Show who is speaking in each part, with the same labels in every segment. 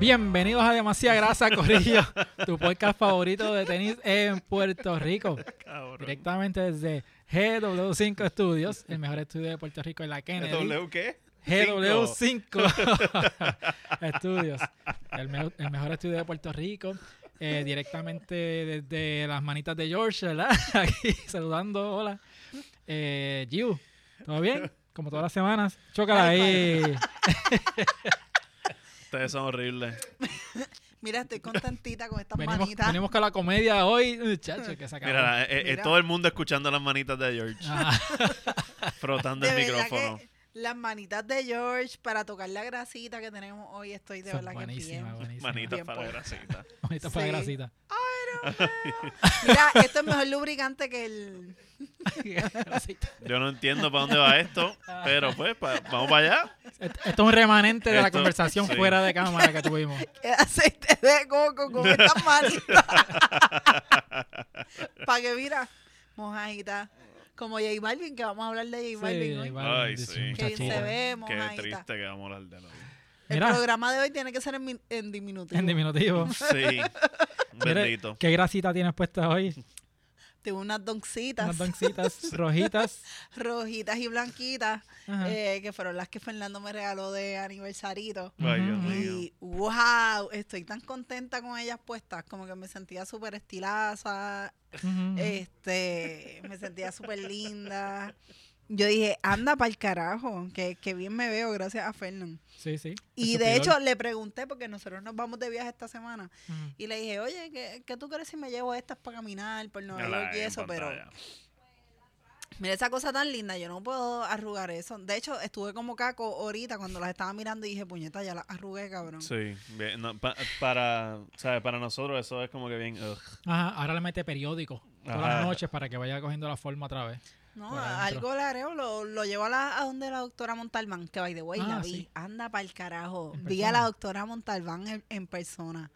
Speaker 1: Bienvenidos a Demasiada Grasa, Corillo, tu podcast favorito de tenis en Puerto Rico.
Speaker 2: Cabrón.
Speaker 1: Directamente desde GW5 Studios, el mejor estudio de Puerto Rico en la Kennedy.
Speaker 2: ¿W qué? Cinco.
Speaker 1: GW5 Studios, el, me- el mejor estudio de Puerto Rico. eh, directamente desde las manitas de George, ¿verdad? Aquí saludando, hola. Eh, Giu, ¿todo bien? Como todas las semanas. Chócala ahí.
Speaker 2: Ustedes son horribles.
Speaker 3: Mira, estoy contentita con estas
Speaker 1: Venimos,
Speaker 3: manitas.
Speaker 1: venimos con la comedia hoy, muchachos, que sacamos.
Speaker 2: Mira, eh, eh,
Speaker 3: Mira.
Speaker 2: todo el mundo escuchando las manitas de George,
Speaker 1: Ah,
Speaker 2: frotando
Speaker 3: de
Speaker 2: el
Speaker 3: verdad
Speaker 2: micrófono.
Speaker 3: que las manitas de George para tocar la grasita que tenemos hoy. Estoy de verdad que
Speaker 1: buenísima,
Speaker 3: bien.
Speaker 1: buenísima.
Speaker 2: Manitas
Speaker 3: Bien
Speaker 2: para
Speaker 3: por-
Speaker 2: grasita.
Speaker 1: Manitas para
Speaker 3: Sí.
Speaker 1: grasita.
Speaker 3: Mira, esto es mejor lubricante que el.
Speaker 1: Grasita.
Speaker 2: Yo no entiendo para dónde va esto, pero pues, pa- vamos para allá.
Speaker 1: Esto esto es un remanente de la
Speaker 2: Esto-
Speaker 1: conversación
Speaker 2: sí.
Speaker 1: fuera de cámara que tuvimos.
Speaker 3: el aceite de coco con estas manitas. para que mira, mojadita. Como J Balvin, que vamos a hablar de J Balvin hoy.
Speaker 1: Sí,
Speaker 2: Ay,
Speaker 1: dice
Speaker 2: sí.
Speaker 1: un
Speaker 3: Que bien
Speaker 1: muchachito.
Speaker 3: se ve, mojadita.
Speaker 2: Qué triste que vamos a hablar de lo mismo.
Speaker 3: El
Speaker 1: Mira,
Speaker 3: programa de hoy tiene que ser en, min- en diminutivo.
Speaker 1: en diminutivo.
Speaker 2: Sí,
Speaker 1: Mira,
Speaker 2: bendito.
Speaker 1: ¿Qué grasita tienes puesta hoy?
Speaker 3: Tengo unas doncitas
Speaker 1: Unas doncitas rojitas.
Speaker 3: rojitas y blanquitas,
Speaker 2: Ah.
Speaker 1: Ajá.
Speaker 3: eh, que fueron las que Fernando me regaló de aniversarito.
Speaker 2: Ay, Dios
Speaker 1: Ujú.
Speaker 2: mío.
Speaker 3: Y wow, estoy tan contenta con ellas puestas, como que me sentía súper estilaza,
Speaker 1: Ujú.
Speaker 3: eh, este, me sentía súper linda. Yo dije, anda para el carajo, que, que bien me veo, gracias a Fernán.
Speaker 1: sí, sí.
Speaker 3: Y
Speaker 1: El
Speaker 3: de
Speaker 1: suplidor.
Speaker 3: hecho le pregunté, porque nosotros nos vamos de viaje esta semana,
Speaker 1: Ujú.
Speaker 3: y le dije, oye, ¿qué, qué tú crees si me llevo estas para caminar por Nueva
Speaker 2: Mírala
Speaker 3: York y
Speaker 2: ahí en
Speaker 3: eso? Pero
Speaker 2: pantalla.
Speaker 3: mira esa cosa tan linda, yo no puedo arrugar eso. De hecho, estuve como caco ahorita cuando las estaba mirando y dije, puñeta, ya las arrugué, cabrón.
Speaker 2: Sí, bien, no, pa- para, ¿sabes? para nosotros eso es como que bien... ugh.
Speaker 1: Ajá, ahora le mete periódico todas
Speaker 2: Ajá.
Speaker 1: las noches para que vaya cogiendo la forma otra vez.
Speaker 3: No,
Speaker 1: por
Speaker 3: a-
Speaker 1: adentro.
Speaker 3: algo le haré, o lo, lo llevo a, la, a donde la doctora Montalbán, que by the way
Speaker 1: Ah,
Speaker 3: la vi.
Speaker 1: sí.
Speaker 3: Anda para el carajo.
Speaker 1: En
Speaker 3: Vi a la
Speaker 1: persona.
Speaker 3: doctora Montalbán en, en persona.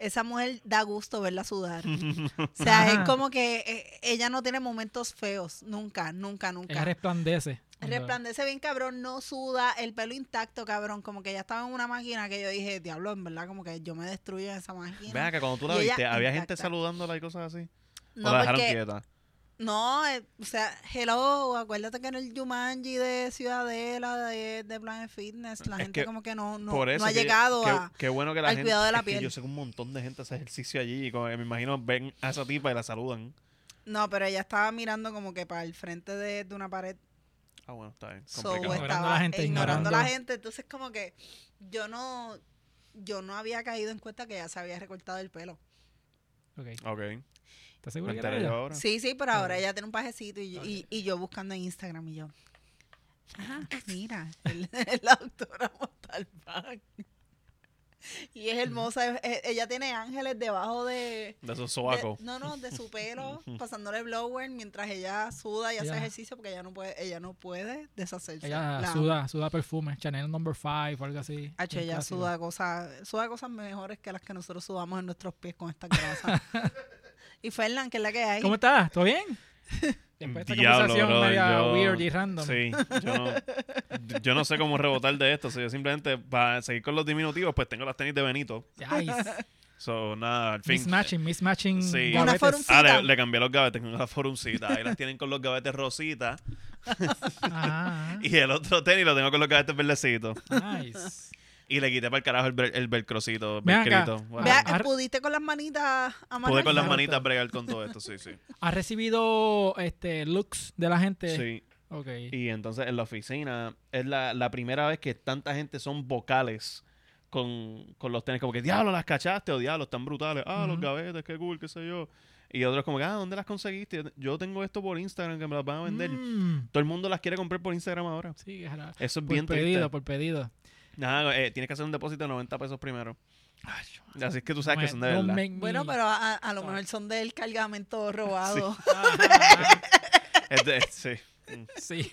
Speaker 3: Esa mujer da gusto verla sudar. o sea,
Speaker 1: Ajá.
Speaker 3: es como que eh, ella no tiene momentos feos. Nunca, nunca,
Speaker 1: Ella
Speaker 3: nunca.
Speaker 1: resplandece.
Speaker 3: Resplandece bien, cabrón. No suda. El pelo intacto, cabrón. Como que ella estaba en una máquina que yo dije, diablo, en verdad, como que yo me destruyo en esa
Speaker 2: Ven
Speaker 3: máquina.
Speaker 2: acá, cuando tú la
Speaker 3: Y ella
Speaker 2: viste, ¿había gente
Speaker 3: intacta.
Speaker 2: saludándola y cosas así?
Speaker 3: No,
Speaker 2: ¿O la dejaron
Speaker 3: porque-
Speaker 2: quieta?
Speaker 3: No, eh, o sea, hello, acuérdate que en el Jumanji de Ciudadela, de, de Planet Fitness, la
Speaker 2: Es
Speaker 3: gente
Speaker 2: que
Speaker 3: como que no, no,
Speaker 2: Por eso
Speaker 3: no ha
Speaker 2: que-
Speaker 3: llegado
Speaker 2: que-
Speaker 3: a...
Speaker 2: qué bueno que la
Speaker 3: al
Speaker 2: gente,
Speaker 3: cuidado de la
Speaker 2: es que
Speaker 3: piel.
Speaker 2: yo sé que un montón de gente hace ejercicio allí y como que me imagino ven a esa tipa y la saludan.
Speaker 3: No, pero ella estaba mirando como que para el frente de, de una pared,
Speaker 2: Ah, bueno, está bien.
Speaker 3: so,
Speaker 2: complicado.
Speaker 1: Ignorando
Speaker 3: estaba
Speaker 1: la gente,
Speaker 3: ignorando a la
Speaker 1: ignorando.
Speaker 3: gente, entonces como que yo no, yo no había caído en cuenta que ya se había recortado el pelo.
Speaker 1: Ok.
Speaker 2: Ok,
Speaker 1: ¿Estás
Speaker 2: me
Speaker 1: seguro que era
Speaker 2: enteré yo
Speaker 1: ella?
Speaker 2: ahora.
Speaker 3: Sí, sí, pero ahora
Speaker 1: Ah.
Speaker 3: ella tiene un pajecito y, y, y yo buscando en Instagram y yo... Ah, mira, el- la doctora Montalbán. Y es hermosa, es- es- ella tiene ángeles debajo de...
Speaker 2: De esos
Speaker 3: de-
Speaker 2: sobacos.
Speaker 3: no, no, de su pelo, pasándole blower mientras ella suda y hace
Speaker 1: Ya.
Speaker 3: ejercicio porque ella no puede, ella no puede deshacerse.
Speaker 1: Ella
Speaker 3: La-
Speaker 1: suda, suda perfume, Chanel number 5 o algo así.
Speaker 3: Hacho,
Speaker 1: bien
Speaker 3: ella
Speaker 1: clásico.
Speaker 3: suda cosas, suda cosas mejores que las que nosotros sudamos en nuestros pies con esta grasa. y Fernán, que es la que hay.
Speaker 1: ¿Cómo estás? ¿Todo bien? Después de esta
Speaker 2: Diablo,
Speaker 1: conversación
Speaker 2: brother,
Speaker 1: media
Speaker 2: yo-
Speaker 1: weird y random.
Speaker 2: Sí, yo no, yo no sé cómo rebotar de esto. so yo simplemente, para seguir con los diminutivos, pues tengo las tenis de Benito.
Speaker 1: Nice.
Speaker 2: So, nada, al fin.
Speaker 1: mismatching, mismatching.
Speaker 2: Sí.
Speaker 1: gavetes.
Speaker 3: Una forum-
Speaker 2: Ah, le, le cambié los gavetes con la forumcita. Ahí las tienen con los gavetes rositas.
Speaker 1: Ajá,
Speaker 2: Y el otro tenis lo tengo con los gavetes verdecitos.
Speaker 1: ajá. Nice.
Speaker 2: Y le quité para el carajo el, vel- el velcrocito.
Speaker 1: Ven acá.
Speaker 2: velcrito. Wow.
Speaker 3: Vea,
Speaker 1: Ar-
Speaker 3: ¿Pudiste con las manitas
Speaker 2: Pude con las
Speaker 3: amarrarlas?
Speaker 2: manitas bregar con todo esto, sí, sí.
Speaker 1: ¿Has recibido este, looks de la gente?
Speaker 2: Sí.
Speaker 1: Ok.
Speaker 2: Y entonces en la oficina es la, la primera vez que tanta gente son vocales con, con los tenis. Como que, diablo, las cachaste o diablo, están brutales. Ah, los
Speaker 1: Ujú.
Speaker 2: gavetes, qué cool, qué sé yo. Y otros como que, ah, ¿dónde las conseguiste? Yo tengo esto por Instagram que me las van a vender.
Speaker 1: Mm,
Speaker 2: Todo el mundo las quiere comprar por Instagram ahora.
Speaker 1: sí, jara.
Speaker 2: Eso es
Speaker 1: Por
Speaker 2: bien
Speaker 1: pedido,
Speaker 2: triste.
Speaker 1: por pedido.
Speaker 2: Nada, eh, tienes que hacer un depósito de 90 pesos primero.
Speaker 1: Ay,
Speaker 2: Así es que tú sabes que son de
Speaker 1: don't
Speaker 2: verdad.
Speaker 1: make me-
Speaker 3: Bueno, pero a, a lo
Speaker 1: Fuck.
Speaker 3: mejor son del cargamento robado.
Speaker 1: Ajá,
Speaker 2: Es de- sí,
Speaker 1: sí.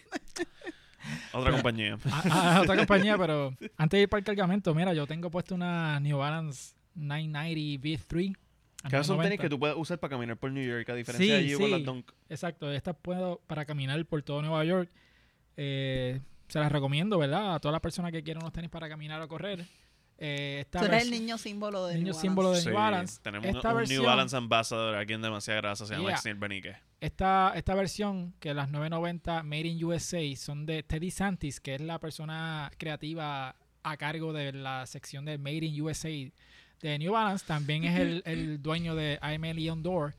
Speaker 2: otra compañía.
Speaker 1: a, a otra compañía, pero antes de ir para el cargamento, mira, yo tengo puesto una New Balance 990 V3. a
Speaker 2: Que son
Speaker 1: 990.
Speaker 2: tenis que tú puedes usar para caminar por New York, a diferencia
Speaker 1: Sí,
Speaker 2: de allí con
Speaker 1: sí.
Speaker 2: las Dunk.
Speaker 1: Exacto, estas puedo para caminar por todo Nueva York. Eh, se las recomiendo, ¿verdad? A todas las personas que quieran unos tenis para caminar o correr. Eh, esta
Speaker 3: Tú eres
Speaker 1: vers-
Speaker 3: el niño símbolo de
Speaker 1: niño
Speaker 3: New Balance.
Speaker 1: símbolo de
Speaker 2: Sí,
Speaker 1: New Balance.
Speaker 2: Tenemos
Speaker 1: Esta
Speaker 2: un, un
Speaker 1: versión,
Speaker 2: New Balance Ambassador aquí en Demasiada Grasa, se llama
Speaker 1: Yeah.
Speaker 2: Exniel Benique.
Speaker 1: Esta, esta versión, que las 990 Made in USA son de Teddy Santis, que es la persona creativa a cargo de la sección de Made in USA de New Balance. También es el, el dueño de I'm a Leon Door.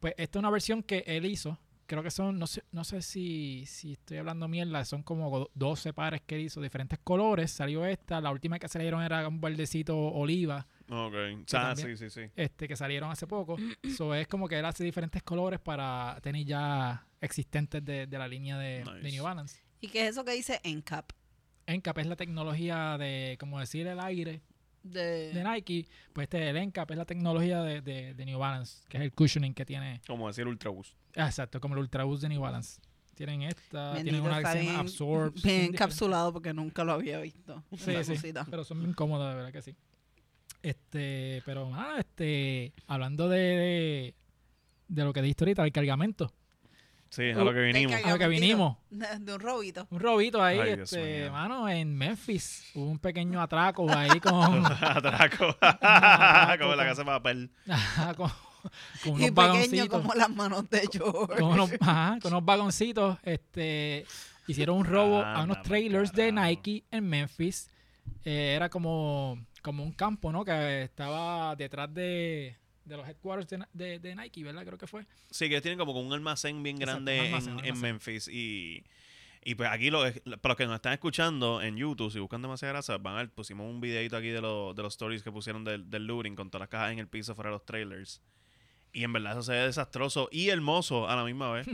Speaker 1: Pues esta es una versión que él hizo. Creo que son, no sé, no sé si, si estoy hablando mierda, son como 12 pares que él hizo, diferentes colores. Salió esta, la última que salieron era un verdecito oliva
Speaker 2: Ok.
Speaker 1: Que
Speaker 2: Ah, sí,
Speaker 1: también-
Speaker 2: sí, sí.
Speaker 1: este, que salieron hace poco. so, es como que él hace diferentes colores para tenis ya existentes de, de la línea de, de
Speaker 2: Nice.
Speaker 1: New Balance.
Speaker 3: ¿Y qué es eso que dice NCAP?
Speaker 1: Encap es la tecnología de, como decir, el aire de
Speaker 3: De...
Speaker 1: Nike. Pues este, el Encap es la tecnología de, de- de New Balance, que es el cushioning que tiene.
Speaker 2: Como decir Ultraboost.
Speaker 1: Ah, Exacto, como el Ultra Boost de New Balance. Tienen esta, tienen
Speaker 3: Bendito,
Speaker 1: una que
Speaker 3: está
Speaker 1: se llama
Speaker 3: bien-
Speaker 1: Absorb. son
Speaker 3: Bien
Speaker 1: diferentes.
Speaker 3: encapsulado porque nunca lo había visto.
Speaker 1: Sí,
Speaker 3: Una
Speaker 1: sí,
Speaker 3: cosita.
Speaker 1: pero son bien cómodas, de verdad que sí. Este, pero nada, este, hablando de, de, de lo que dijiste ahorita, del cargamento.
Speaker 2: Sí, es a
Speaker 1: Uh,
Speaker 2: lo que vinimos.
Speaker 3: Venga,
Speaker 1: A lo Ah, que vinimos.
Speaker 3: De, de un robito.
Speaker 1: Un robito ahí,
Speaker 2: Ay, Dios
Speaker 1: este,
Speaker 2: mío.
Speaker 1: mano, en Memphis. Hubo un pequeño atraco ahí con,
Speaker 2: Atraco.
Speaker 1: atraco,
Speaker 2: como en la
Speaker 1: con-
Speaker 2: casa de papel.
Speaker 1: con, con
Speaker 3: Y
Speaker 1: unos
Speaker 3: pequeño
Speaker 1: vagoncitos.
Speaker 3: como las manos de George.
Speaker 1: con unos, ajá, con unos vagoncitos. Este, hicieron un robo a
Speaker 2: Anda,
Speaker 1: unos
Speaker 2: pa'l
Speaker 1: trailers de
Speaker 2: Ah, carajo.
Speaker 1: Nike en Memphis. Eh, era como, como un campo, ¿no? Que estaba detrás de, de los headquarters de, de- de Nike, ¿verdad? Creo que fue.
Speaker 2: Sí, que ellos tienen como un almacén bien
Speaker 1: Exacto, un
Speaker 2: grande en-
Speaker 1: almacén, un
Speaker 2: en,
Speaker 1: almacén.
Speaker 2: Memphis. Y, y pues aquí, lo, para los que nos están escuchando en YouTube, si buscan demasiada grasa, van a ver, pusimos un videito aquí de, lo- de los stories que pusieron del, del looting con todas las cajas en el piso fuera de los trailers. Y en verdad eso se ve desastroso y hermoso a la misma vez.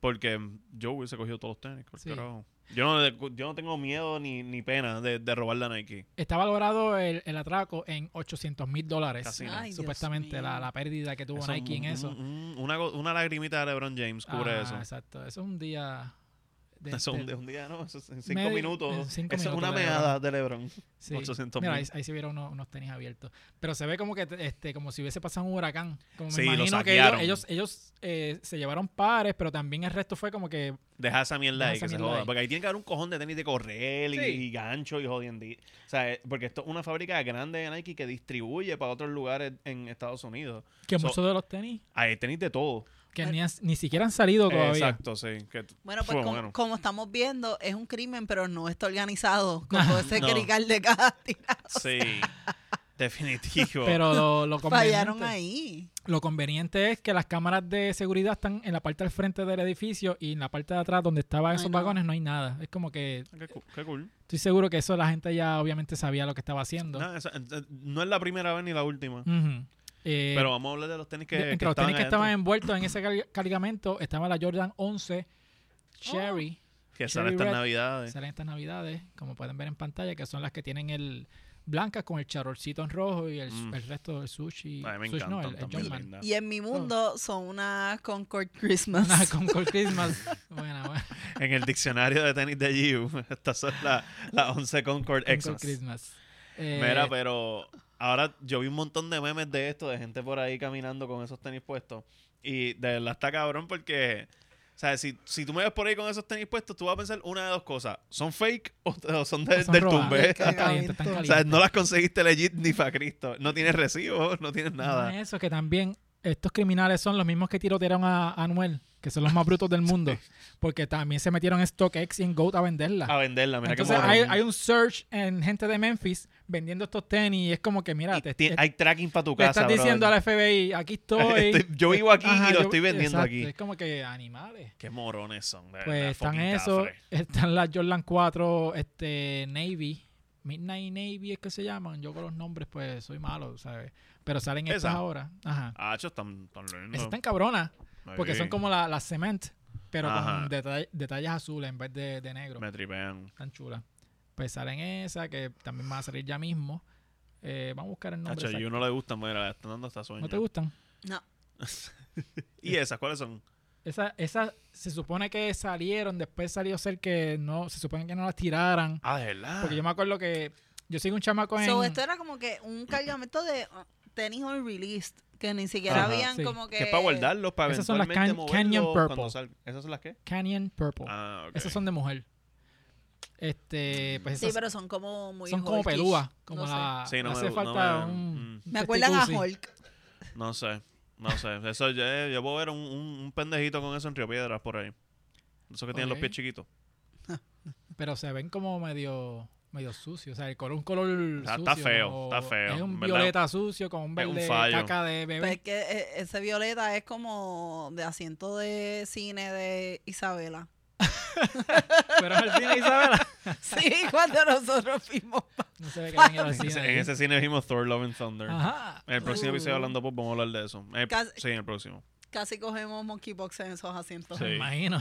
Speaker 2: Porque yo hubiese cogido todos los tenis. por
Speaker 1: Sí.
Speaker 2: carajo. Yo, no, le- yo no tengo miedo ni, ni pena de, de robar la Nike.
Speaker 1: Está valorado el, el atraco en 800 mil dólares.
Speaker 2: Casi nada.
Speaker 3: Ay, Dios
Speaker 1: Supuestamente la,
Speaker 3: mío.
Speaker 1: la pérdida que tuvo
Speaker 2: Eso,
Speaker 1: Nike en
Speaker 2: un-
Speaker 1: eso.
Speaker 2: un- una, go- una lagrimita de LeBron James cubre
Speaker 1: Ah,
Speaker 2: eso.
Speaker 1: Exacto, eso es un día. de- este,
Speaker 2: Eso
Speaker 1: de-
Speaker 2: un, día- un día, ¿no? Eso es en cinco
Speaker 1: Medio-
Speaker 2: minutos.
Speaker 1: en cinco
Speaker 2: eso es
Speaker 1: minutos
Speaker 2: una
Speaker 1: de
Speaker 2: meada de Lebron.
Speaker 1: sí.
Speaker 2: 800
Speaker 1: Mira,
Speaker 2: mil.
Speaker 1: ahí, ahí se vieron unos, unos tenis abiertos. Pero se ve como que te- este, como si hubiese pasado un huracán. Como me
Speaker 2: Sí, lo
Speaker 1: imagino que ellos,
Speaker 2: saquearon.
Speaker 1: ellos, ellos, eh, se llevaron pares, pero también el resto fue como que
Speaker 2: Deja esa mierda
Speaker 1: Deja
Speaker 2: ahí
Speaker 1: esa
Speaker 2: que se
Speaker 1: mierda
Speaker 2: joda.
Speaker 1: ahí.
Speaker 2: Porque ahí tiene que haber un cojón de tenis de correr y,
Speaker 1: Sí.
Speaker 2: y gancho y jodiendí. O sea, eh, porque esto es una fábrica grande de Nike que distribuye para otros lugares en Estados Unidos.
Speaker 1: que
Speaker 2: So-
Speaker 1: muchos de los tenis
Speaker 2: Hay tenis de todo.
Speaker 1: que
Speaker 3: Bueno.
Speaker 1: ni, has- ni siquiera han salido todavía.
Speaker 2: Exacto, sí. que-
Speaker 3: Bueno,
Speaker 2: Fue
Speaker 3: pues como,
Speaker 2: bueno.
Speaker 3: como estamos viendo, es un crimen, pero no está organizado. Como ese
Speaker 2: No.
Speaker 3: crical de caja tirado.
Speaker 2: Sí. Definitivo.
Speaker 1: Pero lo, lo
Speaker 3: Fallaron
Speaker 1: conveniente,
Speaker 3: ahí.
Speaker 1: lo conveniente es que las cámaras de seguridad están en la parte del frente del edificio y en la parte de atrás donde estaban
Speaker 3: Ay,
Speaker 1: esos
Speaker 3: no.
Speaker 1: vagones no hay nada. Es como que
Speaker 2: Qué, cu- qué cool.
Speaker 1: estoy seguro que eso la gente ya obviamente sabía lo que estaba haciendo.
Speaker 2: Nah, esa- eh, no es la primera vez ni la última.
Speaker 1: Ujú. Eh,
Speaker 2: Pero vamos a hablar de los tenis que,
Speaker 1: de-
Speaker 2: que
Speaker 1: entre los tenis que
Speaker 2: ahí
Speaker 1: estaban
Speaker 2: adentro.
Speaker 1: envueltos en ese car- cargamento estaba la Jordan 11 Cherry.
Speaker 2: Que salen
Speaker 1: Cherry
Speaker 2: estas
Speaker 1: Red.
Speaker 2: navidades.
Speaker 1: Salen estas navidades, como pueden ver en pantalla, que son las que tienen el blanca con el charolcito en rojo y el,
Speaker 2: Mm.
Speaker 1: el resto del sushi.
Speaker 2: A mí me
Speaker 1: sushi no,
Speaker 2: encantan
Speaker 1: el, el
Speaker 2: también,
Speaker 1: Jumpman.
Speaker 2: linda.
Speaker 3: Y en
Speaker 1: Oh.
Speaker 3: mi mundo son una Concord Christmas.
Speaker 1: Una con Cold Christmas. Buena, buena.
Speaker 2: En el diccionario de tenis de GU, estas son la- las 11
Speaker 1: Con
Speaker 2: Concord
Speaker 1: Cold
Speaker 2: Exos.
Speaker 1: Christmas. Eh,
Speaker 2: Mira, pero ahora yo vi un montón de memes de esto, de gente por ahí caminando con esos tenis puestos. Y de verdad está cabrón porque, o sea, si, si tú me ves por ahí con esos tenis puestos, tú vas a pensar una de dos cosas. ¿Son fake o, o son, de-
Speaker 1: son
Speaker 2: del
Speaker 1: robadas.
Speaker 2: tumbe?
Speaker 1: Están calientes, están
Speaker 3: O sea,
Speaker 2: pues, O
Speaker 1: calientes.
Speaker 2: sea, no las conseguiste legit ni para Cristo. No tienes recibo, no tienes
Speaker 1: No
Speaker 2: nada.
Speaker 1: es eso, que también estos criminales son los mismos que tirotearon a a Anuel, que son los más brutos del mundo, porque también se metieron en StockX y en Goat a venderla.
Speaker 2: A venderla, Ah, mira qué
Speaker 1: Entonces
Speaker 2: morón.
Speaker 1: hay, hay un search en gente de Memphis vendiendo estos tenis y es como que, mira,
Speaker 2: Y
Speaker 1: te,
Speaker 2: ti-
Speaker 1: te-
Speaker 2: hay tracking para tu
Speaker 1: le
Speaker 2: casa.
Speaker 1: estás diciendo
Speaker 2: brother.
Speaker 1: a la FBI, aquí estoy.
Speaker 2: Estoy- yo vivo aquí y lo
Speaker 1: yo-
Speaker 2: estoy vendiendo
Speaker 1: exacto,
Speaker 2: aquí.
Speaker 1: Es como que animales.
Speaker 2: Qué morones son. de
Speaker 1: Pues
Speaker 2: verdad,
Speaker 1: están
Speaker 2: fucking
Speaker 1: eso,
Speaker 2: cafres.
Speaker 1: están las Jordan 4 este, Navy, Midnight Navy es que se llaman. Yo con los nombres pues soy malo, ¿sabes? Pero salen estas
Speaker 2: Esa.
Speaker 1: ahora. Ajá.
Speaker 2: Ah, chos, están tan lindos.
Speaker 1: Esas están cabronas porque
Speaker 2: Ahí.
Speaker 1: son como la- las cement, pero
Speaker 2: Ajá.
Speaker 1: con detall- detalles azules en vez de, de negro.
Speaker 2: Me tripean.
Speaker 1: tan chula. Pues salen esa, que también va a salir ya mismo. Eh, vamos a buscar el nombre.
Speaker 2: Hacho,
Speaker 1: exacto.
Speaker 2: yo no le gustan, mira, le están dando hasta sueño.
Speaker 1: ¿No te gustan?
Speaker 3: No.
Speaker 2: ¿Y esas cuáles son?
Speaker 1: Esa, esa se supone que salieron, después salió ser que no, se supone que no las tiraran.
Speaker 2: Ah, de verdad.
Speaker 1: Porque yo me acuerdo que yo sigo un chamaco en...
Speaker 3: So, esto era como que un cargamento de uh, tenis on released. Que ni siquiera
Speaker 2: Ajá.
Speaker 3: habían
Speaker 1: Sí.
Speaker 3: como que.
Speaker 2: Que es para guardarlos, para
Speaker 1: Esas son las
Speaker 2: eventualmente
Speaker 1: Can- Canyon
Speaker 2: moverlos
Speaker 1: Purple. Oh.
Speaker 2: cuando sal- ¿Esas son las qué?
Speaker 1: Canyon Purple.
Speaker 2: Ah, ok.
Speaker 1: Esas son de mujer. Este, pues
Speaker 3: Sí,
Speaker 1: esas
Speaker 3: pero son como muy
Speaker 1: son como
Speaker 3: hawkish.
Speaker 1: pelúas. Como
Speaker 3: No sé.
Speaker 1: la.
Speaker 2: Sí, no
Speaker 1: le hace
Speaker 2: me- no
Speaker 1: falta
Speaker 2: me-
Speaker 1: un.
Speaker 2: mm.
Speaker 1: un
Speaker 3: Me acuerdan a
Speaker 1: testicuzzi.
Speaker 3: Hulk.
Speaker 2: No sé, no sé. Eso, yo, eh, yo puedo ver un, un- un pendejito con eso en Río Piedras por ahí. Eso que tienen los
Speaker 1: Ok.
Speaker 2: pies chiquitos.
Speaker 1: Pero se ven como medio medio sucio, o sea, el color un color
Speaker 2: Está-
Speaker 1: sucio,
Speaker 2: Ah, está feo,
Speaker 1: como-
Speaker 2: está feo,
Speaker 1: Es un
Speaker 2: ¿verdad?
Speaker 1: violeta sucio con un
Speaker 2: Es un
Speaker 1: verde
Speaker 2: fallo.
Speaker 1: caca de
Speaker 3: Pero es
Speaker 1: bebé.
Speaker 3: que eh, ese violeta es como de asiento de cine de Isabela.
Speaker 1: Pero en el cine Isabela
Speaker 3: Sí, cuando nosotros fuimos.
Speaker 1: no se ve que venga el
Speaker 2: En
Speaker 1: cine.
Speaker 2: ese, en
Speaker 1: allí.
Speaker 2: ese cine vimos Thor, Love and Thunder.
Speaker 1: Ajá.
Speaker 2: En el próximo episodio de
Speaker 3: Uh.
Speaker 2: Hablando Pop vamos a hablar de eso. Eh,
Speaker 3: Casi-
Speaker 2: sí, en el próximo.
Speaker 3: Casi cogemos monkeypox en esos asientos.
Speaker 2: Sí.
Speaker 1: Me imagino.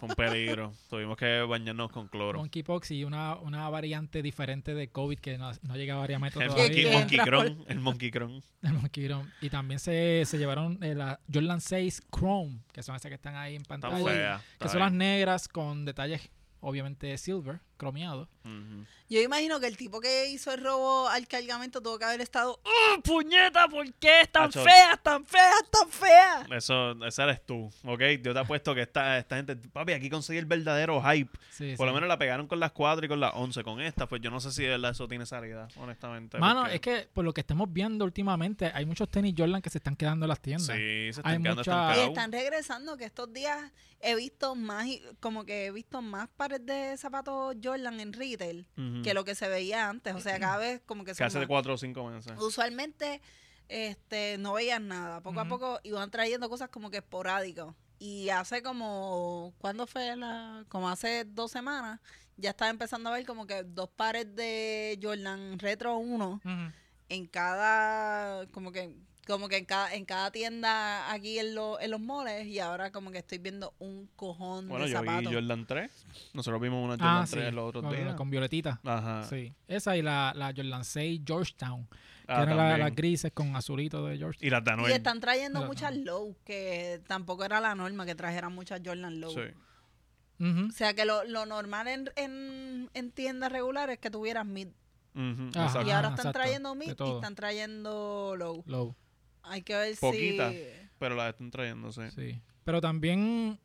Speaker 2: Fue un peligro. Tuvimos que bañarnos con cloro.
Speaker 1: Monkeypox y una, una variante diferente de COVID que no, no llegaba a variar metro
Speaker 2: El
Speaker 1: todavía.
Speaker 2: monkey,
Speaker 3: Que
Speaker 2: monkey
Speaker 3: entra
Speaker 2: Cron, el Monkey Cron.
Speaker 1: El Monkey Drum. Y también se, se llevaron eh, la Jordan 6 Chrome, que son esas que están ahí en
Speaker 2: Está
Speaker 1: pantalla.
Speaker 2: fea. está
Speaker 1: Que son las
Speaker 2: bien.
Speaker 1: negras con detalles, obviamente, silver, cromeado.
Speaker 2: Ujú.
Speaker 3: Yo imagino que el tipo que hizo el robo al cargamento tuvo que haber estado. "Uh,
Speaker 1: ¡Puñeta! ¿Por qué es
Speaker 2: tan Acho.
Speaker 3: ¡Feas, tan feas, tan feas!
Speaker 2: Eso, esa eres tú, ¿ok? Yo te apuesto que esta, esta gente... Papi, aquí conseguí el verdadero hype.
Speaker 1: Sí,
Speaker 2: Por
Speaker 1: sí.
Speaker 2: lo menos la pegaron con las 4 y con las 11. Con esta, pues yo no sé si de verdad eso tiene salida, honestamente.
Speaker 1: Mano,
Speaker 2: porque-
Speaker 1: es que por lo que estamos viendo últimamente, hay muchos tenis Jordan que se están quedando en las tiendas.
Speaker 2: Sí, se
Speaker 1: Hay
Speaker 2: están quedando
Speaker 1: mucha-
Speaker 2: estancados.
Speaker 3: Y están regresando, que estos días he visto más, y- como que he visto más pares de zapatos Jordan en retail
Speaker 2: Ujú.
Speaker 3: que lo que se veía antes. O sea, cada vez como que
Speaker 2: Mm. Que
Speaker 3: son
Speaker 2: hace de
Speaker 3: más.
Speaker 2: 4 o 5 meses.
Speaker 3: Usualmente este, no veían nada. Poco a
Speaker 1: Ujú.
Speaker 3: poco iban trayendo cosas como que esporádicas. Y hace como, ¿cuándo fue la? Como hace dos semanas, ya estaba empezando a ver como que dos pares de Jordan Retro 1
Speaker 1: Ujú.
Speaker 3: en cada como que como que en cada en cada tienda aquí en, lo- en los moles y ahora como que estoy viendo un cojón
Speaker 2: Bueno,
Speaker 3: de
Speaker 2: yo vi
Speaker 3: zapatos.
Speaker 2: Jordan 3. Nosotros vimos una Jordan
Speaker 1: Ah,
Speaker 2: 3
Speaker 1: sí.
Speaker 2: los otros
Speaker 1: con,
Speaker 2: días. Ah.
Speaker 1: con violetita.
Speaker 2: Ajá.
Speaker 1: Sí. Esa y la, la Jordan 6 Georgetown, que
Speaker 2: Ah,
Speaker 1: eran la-
Speaker 2: también.
Speaker 1: las grises con azulito de Georgetown.
Speaker 2: Y las
Speaker 3: Y
Speaker 2: Danoel.
Speaker 3: están trayendo
Speaker 1: Mira,
Speaker 3: muchas
Speaker 1: ah.
Speaker 3: low que tampoco era la norma que trajeran muchas Jordan low.
Speaker 2: Sí.
Speaker 1: Ujú.
Speaker 3: O sea que lo, lo normal en, en, en tiendas regulares es que tuvieras mid.
Speaker 2: Ujú,
Speaker 1: Ajá.
Speaker 2: exacto.
Speaker 3: Y ahora están
Speaker 1: exacto,
Speaker 3: trayendo
Speaker 1: de
Speaker 3: mid y
Speaker 1: todo.
Speaker 3: están trayendo low.
Speaker 1: Low,
Speaker 3: Hay que ver
Speaker 2: Poquitas.
Speaker 3: si...
Speaker 2: Pero las están trayendo, sí.
Speaker 1: sí. Pero también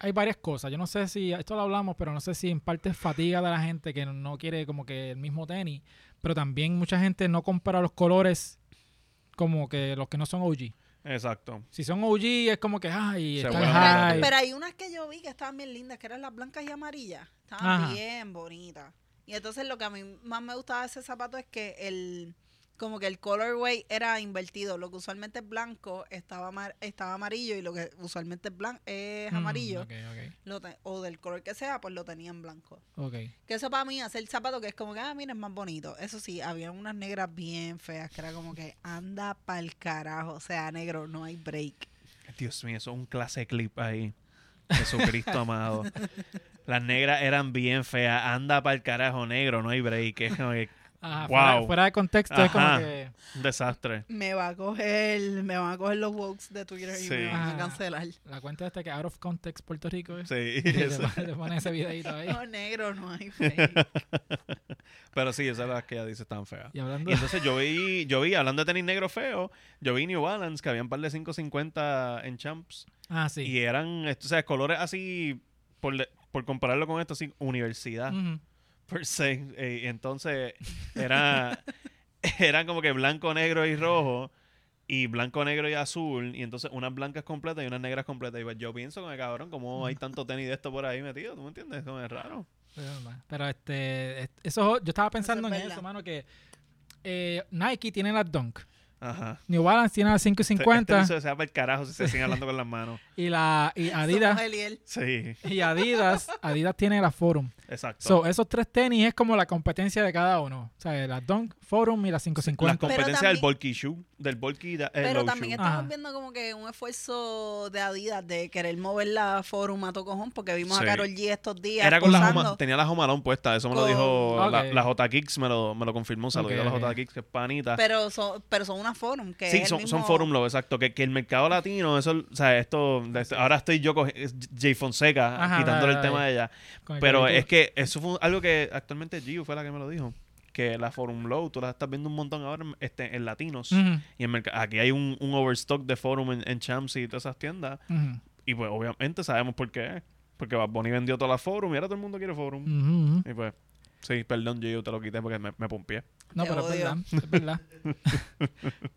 Speaker 1: hay varias cosas. Yo no sé si, esto lo hablamos, pero no sé si en parte es fatiga de la gente que no quiere como que el mismo tenis. Pero también mucha gente no compara los colores como que los que no son OG.
Speaker 2: Exacto.
Speaker 1: Si son OG es como que, ay,
Speaker 2: Se
Speaker 1: está
Speaker 2: vuelan
Speaker 1: high.
Speaker 2: Ay.
Speaker 3: Pero hay unas que yo vi que estaban bien lindas, que eran las blancas y amarillas. Estaban
Speaker 1: Ajá.
Speaker 3: bien bonitas. Y entonces lo que a mí más me gustaba de ese zapato es que el como que el colorway era invertido. Lo que usualmente es blanco estaba, amar- estaba amarillo y lo que usualmente es, blan- es
Speaker 1: Mm,
Speaker 3: amarillo.
Speaker 1: ok, ok,
Speaker 3: lo te- o del color que sea, pues lo tenían blanco.
Speaker 1: ok.
Speaker 3: Que eso para mí hacer zapato que es como que, ah, mira, es más bonito. Eso sí, había unas negras bien feas que era como que anda pa'l carajo. O sea, negro, no hay break.
Speaker 2: Dios mío, eso es un clase clip ahí. Jesucristo amado. Las negras eran bien feas. Anda para el carajo negro, no hay break. Es como que
Speaker 1: Ajá,
Speaker 2: Wow.
Speaker 1: fuera, fuera de contexto es como
Speaker 2: Ajá.
Speaker 1: que...
Speaker 2: un desastre.
Speaker 3: Me va a coger, me van a coger los wokes de Twitter y
Speaker 2: Sí.
Speaker 3: me van a
Speaker 1: Ah.
Speaker 3: cancelar.
Speaker 1: La cuenta esta que Out of Context Puerto Rico es.
Speaker 2: Sí.
Speaker 1: Y te
Speaker 2: eso.
Speaker 1: pone- te pone ese videito ahí.
Speaker 3: No, negro, no hay break.
Speaker 2: Pero sí, esas las que ella dice están feas.
Speaker 1: Y hablando
Speaker 2: Y entonces yo vi, yo vi, hablando de tenis negro feo, yo vi New Balance, que había un par de 550 en champs.
Speaker 1: Ah, sí.
Speaker 2: Y eran, est- o sea, colores así, por, le- por compararlo con esto, así, universidad,
Speaker 1: Ujú.
Speaker 2: per se. Eh, y entonces, era, eran como que blanco, negro y rojo, y blanco, negro y azul, y entonces unas blancas completas y unas negras completas. Y pues yo pienso, como que, cabrón, ¿cómo hay tanto tenis de esto por ahí metido? ¿Tú me entiendes? Eso es raro.
Speaker 1: Pero, hermano, Pero este, est- eso, yo estaba pensando
Speaker 3: es
Speaker 1: en eso,
Speaker 3: verdad.
Speaker 1: mano, que eh, Nike tiene las Dunk,
Speaker 2: Ajá.
Speaker 1: New Balance tiene las
Speaker 2: Este-
Speaker 1: 550
Speaker 2: Este, se va para el carajo si se siguen hablando con las manos.
Speaker 1: y la y
Speaker 3: Somos
Speaker 1: Adidas
Speaker 3: Eliel.
Speaker 2: Sí,
Speaker 1: y Adidas, Adidas tiene la Forum.
Speaker 2: exacto.
Speaker 1: So, esos tres tenis es como la competencia de cada uno, o sea, las Dunk, Forum y las 550.
Speaker 2: las competencias del
Speaker 3: también-
Speaker 2: bulky shoe, del bulky da- eh,
Speaker 3: Pero
Speaker 2: low
Speaker 3: también
Speaker 2: shoe.
Speaker 3: estamos
Speaker 1: Ajá.
Speaker 3: viendo como que un esfuerzo de Adidas de querer mover la forum a tocojón porque vimos
Speaker 2: Sí.
Speaker 3: a Carol G estos días.
Speaker 2: Era con la
Speaker 3: posando.
Speaker 2: Joma- tenía la Jomalón puesta, eso me lo
Speaker 3: Con-
Speaker 2: dijo la,
Speaker 1: Ok.
Speaker 2: la J Kicks, me lo, me lo confirmó, se lo
Speaker 1: Ok,
Speaker 2: dio a la
Speaker 1: ok.
Speaker 2: J Kicks, que es panita.
Speaker 3: Pero son, pero son una forum que es
Speaker 2: sí,
Speaker 3: el
Speaker 2: son, son
Speaker 3: mismo-
Speaker 2: Forum Love, exacto. Que, que el mercado latino, eso, o sea, esto, de esto- ahora estoy yo con Jay Fonseca
Speaker 1: Ajá,
Speaker 2: quitándole
Speaker 1: dale,
Speaker 2: el tema
Speaker 1: dale.
Speaker 2: de ella.
Speaker 1: con el
Speaker 2: Pero
Speaker 1: carrito.
Speaker 2: es que eso fue algo que actualmente Gio fue la que me lo dijo. Que la Forum Low, tú la estás viendo un montón ahora en, este, en latinos.
Speaker 1: Ujú,
Speaker 2: Y en merc- aquí hay un, un overstock de Forum en, en Champs y todas esas tiendas.
Speaker 1: ujú.
Speaker 2: Y pues obviamente sabemos por qué. Porque Bad Bunny vendió toda la forum y ahora todo el mundo quiere forum.
Speaker 1: Ujú, ujú.
Speaker 2: Y pues, sí, perdón, yo, yo te lo quité porque me, me pompié.
Speaker 1: No,
Speaker 3: Te
Speaker 1: pero es
Speaker 3: odio.
Speaker 1: verdad, es verdad.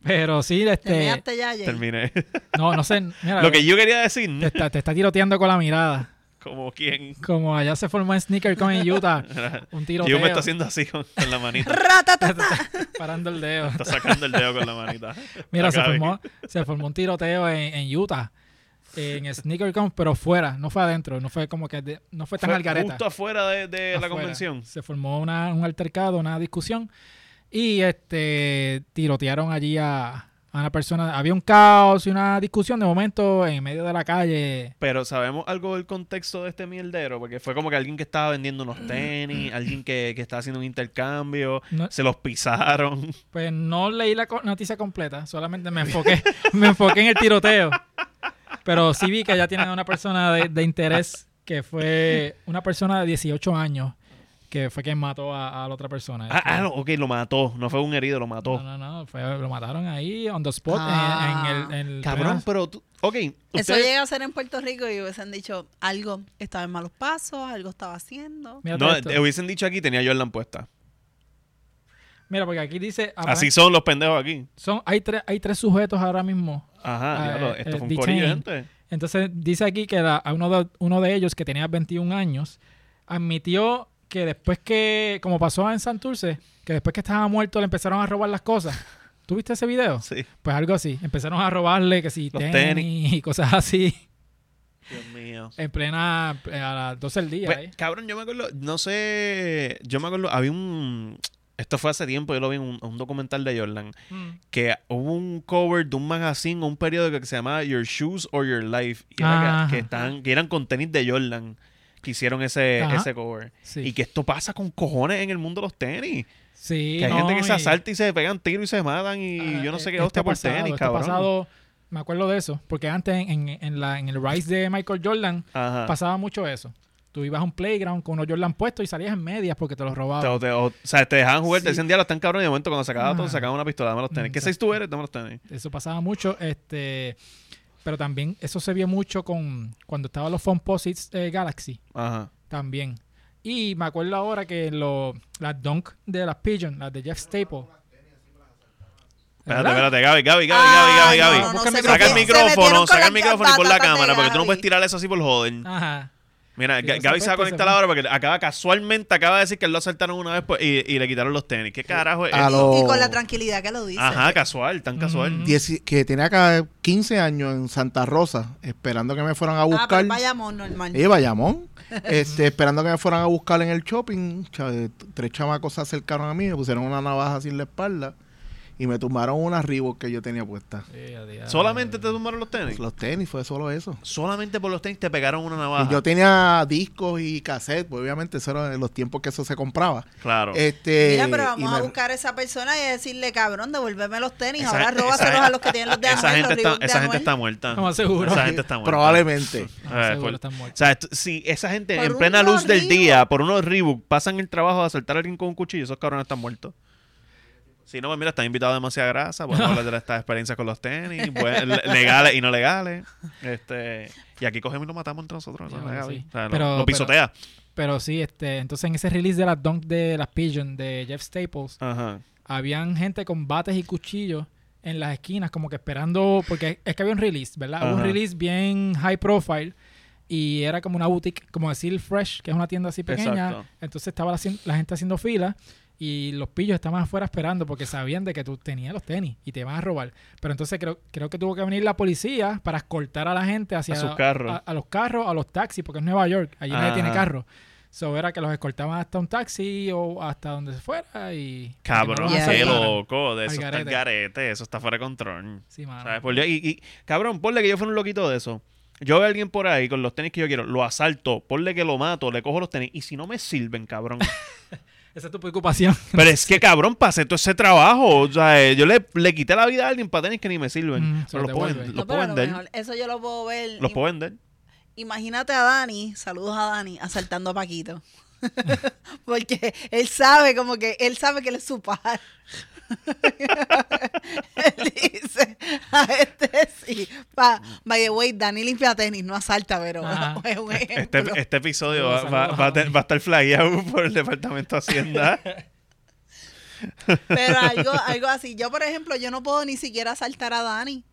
Speaker 1: pero sí, este.
Speaker 3: Terminaste ya, Jay.
Speaker 2: Terminé.
Speaker 1: No, no sé. Mira,
Speaker 2: lo que yo quería decir,
Speaker 1: te, está, te está tiroteando con la mirada.
Speaker 2: como quien.
Speaker 1: Como allá se formó en Sneaker Con en Utah. Un tiroteo.
Speaker 2: Yo me está haciendo así con, con la manita.
Speaker 3: Ratatata.
Speaker 1: Parando el dedo.
Speaker 2: Está sacando el dedo con la manita.
Speaker 1: Mira, se
Speaker 2: Acá, Vicky.
Speaker 1: formó, se formó un tiroteo en, en Utah, en SneakerCon, pero fuera, no fue adentro, no fue como que, de- no fue tan
Speaker 2: Fue
Speaker 1: al gareta.
Speaker 2: Justo afuera de, de la
Speaker 1: afuera.
Speaker 2: convención.
Speaker 1: Se formó una, un altercado, una discusión, y este tirotearon allí a, a una persona. Había un caos y una discusión de momento en medio de la calle.
Speaker 2: Pero sabemos algo del contexto de este mierdero, porque fue como que alguien que estaba vendiendo unos tenis, alguien que, que estaba haciendo un intercambio,
Speaker 1: No-
Speaker 2: se los pisaron.
Speaker 1: Pues no leí la co- noticia completa, solamente me enfoqué, me enfoqué en el tiroteo. Pero sí vi que ya tienen a una persona de, de interés que fue una persona de 18 años que fue quien mató a, a la otra persona.
Speaker 2: Ah, ah, no, ok, lo mató. No fue un herido, lo mató.
Speaker 1: No, no, no, fue- lo mataron ahí, on the spot, en-
Speaker 3: Ah.
Speaker 1: en, el... en el-
Speaker 2: Cabrón, pero tú. Ok,
Speaker 3: Eso
Speaker 2: ustedes-
Speaker 3: llega a ser en Puerto Rico y hubiesen dicho algo estaba en malos pasos, algo estaba haciendo.
Speaker 1: Mírate
Speaker 2: No, eh,
Speaker 1: esto.
Speaker 2: te hubiesen dicho aquí, tenía yo la puesta.
Speaker 1: Mira, porque aquí dice...
Speaker 2: Así son los pendejos aquí.
Speaker 1: Son, hay, tres, hay tres sujetos ahora mismo.
Speaker 2: Ajá,
Speaker 1: Ah,
Speaker 2: diablo,
Speaker 1: eh,
Speaker 2: esto
Speaker 1: eh,
Speaker 2: fue un
Speaker 1: detained.
Speaker 2: corillo, gente.
Speaker 1: Entonces dice aquí que la- a uno, de, uno de ellos, que tenía 21 años, admitió que después que, como pasó en Santurce, que después que estaba muerto le empezaron a robar las cosas. ¿Tuviste ese video?
Speaker 2: Sí.
Speaker 1: Pues algo así. Empezaron a robarle que si
Speaker 2: Los
Speaker 1: tenis,
Speaker 2: tenis.
Speaker 1: y cosas así
Speaker 2: Dios mío.
Speaker 1: en plena a las 12 del día.
Speaker 2: Pues,
Speaker 1: ¿eh?
Speaker 2: cabrón, yo me acuerdo, no sé, yo me acuerdo, había un, esto fue hace tiempo, yo lo vi en un, un documental de Jordan,
Speaker 1: Mm.
Speaker 2: que hubo un cover de un magazine o un periódico que se llamaba Your Shoes or Your Life, y era
Speaker 1: Ajá.
Speaker 2: que, que estaban- que eran con tenis de Jordan, que hicieron ese,
Speaker 1: Ajá.
Speaker 2: ese cover.
Speaker 1: Sí.
Speaker 2: Y que esto pasa con cojones en el mundo de los tenis.
Speaker 1: Sí,
Speaker 2: que hay gente
Speaker 1: no,
Speaker 2: que se
Speaker 1: y-
Speaker 2: asalta y se pegan tiros y se matan y
Speaker 1: ah,
Speaker 2: yo no sé qué
Speaker 1: esto
Speaker 2: hostia
Speaker 1: ha
Speaker 2: por
Speaker 1: pasado,
Speaker 2: tenis,
Speaker 1: esto ha
Speaker 2: cabrón.
Speaker 1: pasado, me acuerdo de eso, porque antes en, en- en la, en el Rise de Michael Jordan
Speaker 2: Ajá.
Speaker 1: pasaba mucho eso. Tú ibas a un playground con unos Jordan puestos y salías en medias porque te los
Speaker 2: Te-
Speaker 1: robaban.
Speaker 2: o te- o, o sea, te dejaban jugar, te
Speaker 1: Sí.
Speaker 2: decían, diablo, están cabrón. Y de momento, cuando se acababa todo,
Speaker 1: Ah.
Speaker 2: sacaban una pistola, dame los tenis.
Speaker 1: Mm,
Speaker 2: ¿Qué seis tú eres? Dame los tenis.
Speaker 1: Eso pasaba mucho, este, pero también eso se vio mucho con cuando estaban los phone posits eh, Galaxy
Speaker 2: Ajá.
Speaker 1: también. Y me acuerdo ahora que lo, las Dunk de las Pigeon, las de Jeff Staple.
Speaker 2: Espérate,
Speaker 1: ¿Verdad?
Speaker 2: espérate, Gaby, Gaby, Gaby,
Speaker 3: Ah,
Speaker 2: Gaby, Gaby,
Speaker 3: no,
Speaker 2: Gaby.
Speaker 3: no,
Speaker 1: Busca el
Speaker 3: se
Speaker 2: Saca el
Speaker 3: metieron- se metieron
Speaker 2: micrófono,
Speaker 3: con
Speaker 2: saca el
Speaker 3: las
Speaker 2: micrófono y pon la
Speaker 3: batatas de
Speaker 2: cámara, porque tú no
Speaker 3: Gaby. Ah,
Speaker 2: puedes tirar eso así por joder.
Speaker 1: Ajá.
Speaker 2: Mira,
Speaker 1: Sí,
Speaker 2: Ga-
Speaker 1: esa
Speaker 2: Gaby se va
Speaker 1: peste
Speaker 2: a
Speaker 1: se
Speaker 2: conectar
Speaker 1: va.
Speaker 2: ahora porque acaba casualmente acaba de decir que lo asaltaron una vez pues, y, y le quitaron los tenis. ¿Qué carajo es?
Speaker 4: A
Speaker 2: eso?
Speaker 4: lo-
Speaker 3: Y con la tranquilidad que lo dice. Ah,
Speaker 2: Ajá, casual, tan casual.
Speaker 1: Mm.
Speaker 4: Dieci- que tenía acá 15 años en Santa Rosa, esperando que me fueran a
Speaker 3: Ah, pero
Speaker 4: buscar.
Speaker 3: vayamos normal.
Speaker 4: Eh, Bayamón. Este, esperando que me fueran a buscar en el shopping. cha- eh, t- tres chamacos se acercaron a mí, me pusieron una navaja así en la espalda y me tumbaron una Reebok que yo tenía puesta.
Speaker 1: Sí, adiós.
Speaker 2: Solamente te tumbaron los tenis.
Speaker 4: Los tenis, fue solo eso.
Speaker 2: Solamente por los tenis te pegaron una
Speaker 4: Y
Speaker 2: navaja.
Speaker 4: yo tenía discos y cassette, pues, obviamente, eso era en los tiempos que eso se compraba.
Speaker 2: Claro.
Speaker 4: Este,
Speaker 3: Mira, pero
Speaker 4: y
Speaker 3: vamos a
Speaker 4: me-
Speaker 3: buscar a esa persona y decirle, cabrón, devuélveme los tenis.
Speaker 2: Esa-
Speaker 3: ahora
Speaker 2: esa-
Speaker 3: róbaselos a los que tienen los de
Speaker 2: esa
Speaker 3: Anuel,
Speaker 2: gente,
Speaker 3: los
Speaker 2: está,
Speaker 3: Reebok de
Speaker 2: esa gente
Speaker 3: Anuel.
Speaker 2: está muerta.
Speaker 1: No, seguro.
Speaker 2: Esa gente está muerta.
Speaker 4: Probablemente.
Speaker 1: No,
Speaker 2: Ah,
Speaker 1: seguro
Speaker 2: por-
Speaker 1: están
Speaker 2: O
Speaker 1: muertos.
Speaker 2: sea, esto- si esa gente
Speaker 3: Por
Speaker 2: en plena
Speaker 3: unos
Speaker 2: luz del
Speaker 3: Reebok.
Speaker 2: día, por unos Reebok, pasan el trabajo de asaltar a alguien con un cuchillo, esos cabrones están muertos. Si no, pues mira, están invitados a demasiada grasa, podemos hablar de estas experiencias con los tenis, buen- le- legales y no legales. Este, y aquí cogemos y lo matamos entre nosotros.
Speaker 1: Ya,
Speaker 2: ¿no?
Speaker 1: bueno,
Speaker 2: Gaby.
Speaker 1: sí.
Speaker 2: O sea, lo-
Speaker 1: Pero-
Speaker 2: lo, pisotea.
Speaker 1: Pero sí, este, entonces en ese release de las Dunk de las Pigeon de Jeff Staples,
Speaker 2: Ajá.
Speaker 1: habían gente con bates y cuchillos en las esquinas, como que esperando, porque es que había un release, ¿verdad? Hubo un
Speaker 2: Ajá.
Speaker 1: release bien high profile y era como una boutique, como decir Fresh, que es una tienda así pequeña.
Speaker 2: Exacto.
Speaker 1: Entonces estaba la, cien- la gente haciendo fila y los pillos estaban afuera esperando porque sabían de que tú tenías los tenis y te iban a robar. Pero entonces creo, creo que tuvo que venir la policía para escoltar a la gente hacia
Speaker 2: A sus carros.
Speaker 1: A, a los carros, a los taxis, porque es Nueva York, allí nadie tiene
Speaker 2: Ajá.
Speaker 1: carro. So era que los escoltaban hasta un taxi o hasta donde se fuera y...
Speaker 2: Cabrón,
Speaker 1: y no los
Speaker 2: qué
Speaker 3: asaltaron.
Speaker 2: loco. De
Speaker 1: Al
Speaker 2: eso está el
Speaker 1: garete.
Speaker 2: garete, eso está fuera de control.
Speaker 1: Sí, mano.
Speaker 2: ¿Sabes? Por Dios, y, y, cabrón, ponle que yo fuera un loquito de eso. Yo veo a alguien por ahí con los tenis que yo quiero, lo asalto, ponle que lo mato, le cojo los tenis y si no me sirven, cabrón.
Speaker 1: Esa es tu preocupación.
Speaker 2: Pero es que, cabrón, pasé todo ese trabajo. O sea, eh, yo le, le quité la vida a alguien para tenis que ni me sirven.
Speaker 1: Mm, se
Speaker 2: Pero
Speaker 1: lo
Speaker 2: los, puedo,
Speaker 1: devuelve.
Speaker 2: vend-
Speaker 3: No,
Speaker 2: los
Speaker 3: pero
Speaker 2: puedo
Speaker 3: a lo
Speaker 2: vender.
Speaker 3: mejor Eso yo lo puedo ver.
Speaker 2: Los
Speaker 3: Im-
Speaker 2: puedo vender.
Speaker 3: Imagínate a Dani, saludos a Dani, asaltando a Paquito. Porque él sabe como que, él sabe que él es su par. él dice, a este sí. Pa, by the way, Dani limpia tenis, no asalta, pero
Speaker 1: Ajá.
Speaker 3: es un ejemplo.
Speaker 2: Este, este episodio va,
Speaker 1: Saludos,
Speaker 2: va-
Speaker 1: saludos,
Speaker 2: va a, te-
Speaker 1: Javi.
Speaker 2: va a estar flagueado por el Departamento de Hacienda.
Speaker 3: Pero algo, algo así. Yo, por ejemplo, yo no puedo ni siquiera asaltar a Dani.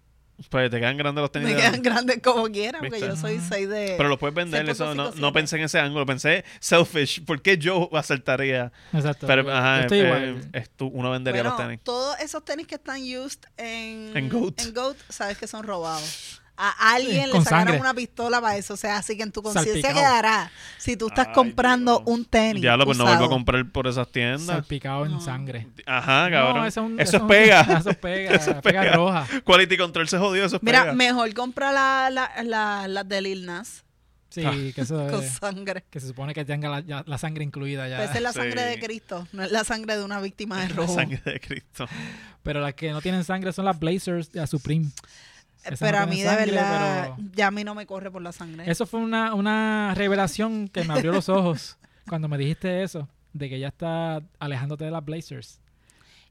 Speaker 2: pues te quedan grandes los tenis.
Speaker 3: Me
Speaker 2: de-
Speaker 3: quedan grandes como quiera, porque
Speaker 2: ¿Viste?
Speaker 3: yo soy
Speaker 1: Ajá.
Speaker 3: 6 de...
Speaker 2: Pero lo puedes vender, eso no,
Speaker 3: 6.57.
Speaker 2: no pensé en ese ángulo, pensé selfish. ¿Por qué yo asaltaría?
Speaker 1: Exacto.
Speaker 2: Pero,
Speaker 1: Yo
Speaker 2: ajá,
Speaker 1: estoy
Speaker 2: eh,
Speaker 1: igual.
Speaker 2: es tú- uno vendería
Speaker 3: Bueno,
Speaker 2: los tenis.
Speaker 3: todos esos tenis que están used en,
Speaker 2: En Goat.
Speaker 3: sabes que son robados. A alguien le
Speaker 1: Con
Speaker 3: sacaron
Speaker 1: sangre.
Speaker 3: una pistola para eso. O sea, así que en tu conciencia
Speaker 1: Salpicado.
Speaker 3: quedará. Si tú estás
Speaker 2: Ay,
Speaker 3: comprando
Speaker 2: Dios.
Speaker 3: un tenis.
Speaker 2: Ya lo pues no vuelvo a
Speaker 3: usado.
Speaker 2: comprar por esas tiendas.
Speaker 1: Salpicado en
Speaker 3: No.
Speaker 1: sangre.
Speaker 2: Ajá, Ah, cabrón.
Speaker 1: No,
Speaker 2: eso,
Speaker 1: un-
Speaker 2: es
Speaker 1: un-
Speaker 2: pega.
Speaker 1: Eso es pega.
Speaker 2: Eso es
Speaker 1: pega.
Speaker 2: pega.
Speaker 1: roja.
Speaker 2: Quality control se jodió, eso es
Speaker 3: Mira,
Speaker 2: pega.
Speaker 3: mejor compra las la, la, las de Lil Nas
Speaker 2: Ah.
Speaker 1: Sí, que eso
Speaker 3: con
Speaker 1: es,
Speaker 3: sangre.
Speaker 1: Que se supone que tenga la, ya- la sangre incluida ya.
Speaker 3: Esa es la
Speaker 2: Sí.
Speaker 3: sangre de Cristo, no es la sangre de una víctima de
Speaker 2: La
Speaker 3: robo.
Speaker 2: sangre de Cristo.
Speaker 1: Pero las que no tienen sangre son las Blazers de la Supreme. Esa no
Speaker 3: Pero a
Speaker 1: tiene
Speaker 3: mí, de
Speaker 1: sangre,
Speaker 3: verdad,
Speaker 1: pero-
Speaker 3: ya a mí no me corre por la sangre.
Speaker 1: Eso fue una, una revelación que me abrió los ojos cuando me dijiste eso, de que ya está alejándote de las Blazers.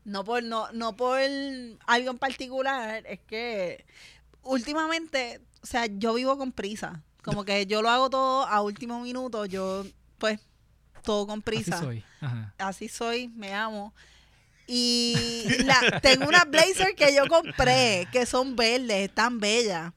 Speaker 3: No por, no, no por algo en particular, es que últimamente, o sea, yo vivo con prisa. Como que yo lo hago todo a último minuto, yo pues todo con prisa.
Speaker 1: Así soy. Ajá.
Speaker 3: Así soy, me amo. Y la- tengo unas blazer que yo compré, que son verdes, están bellas.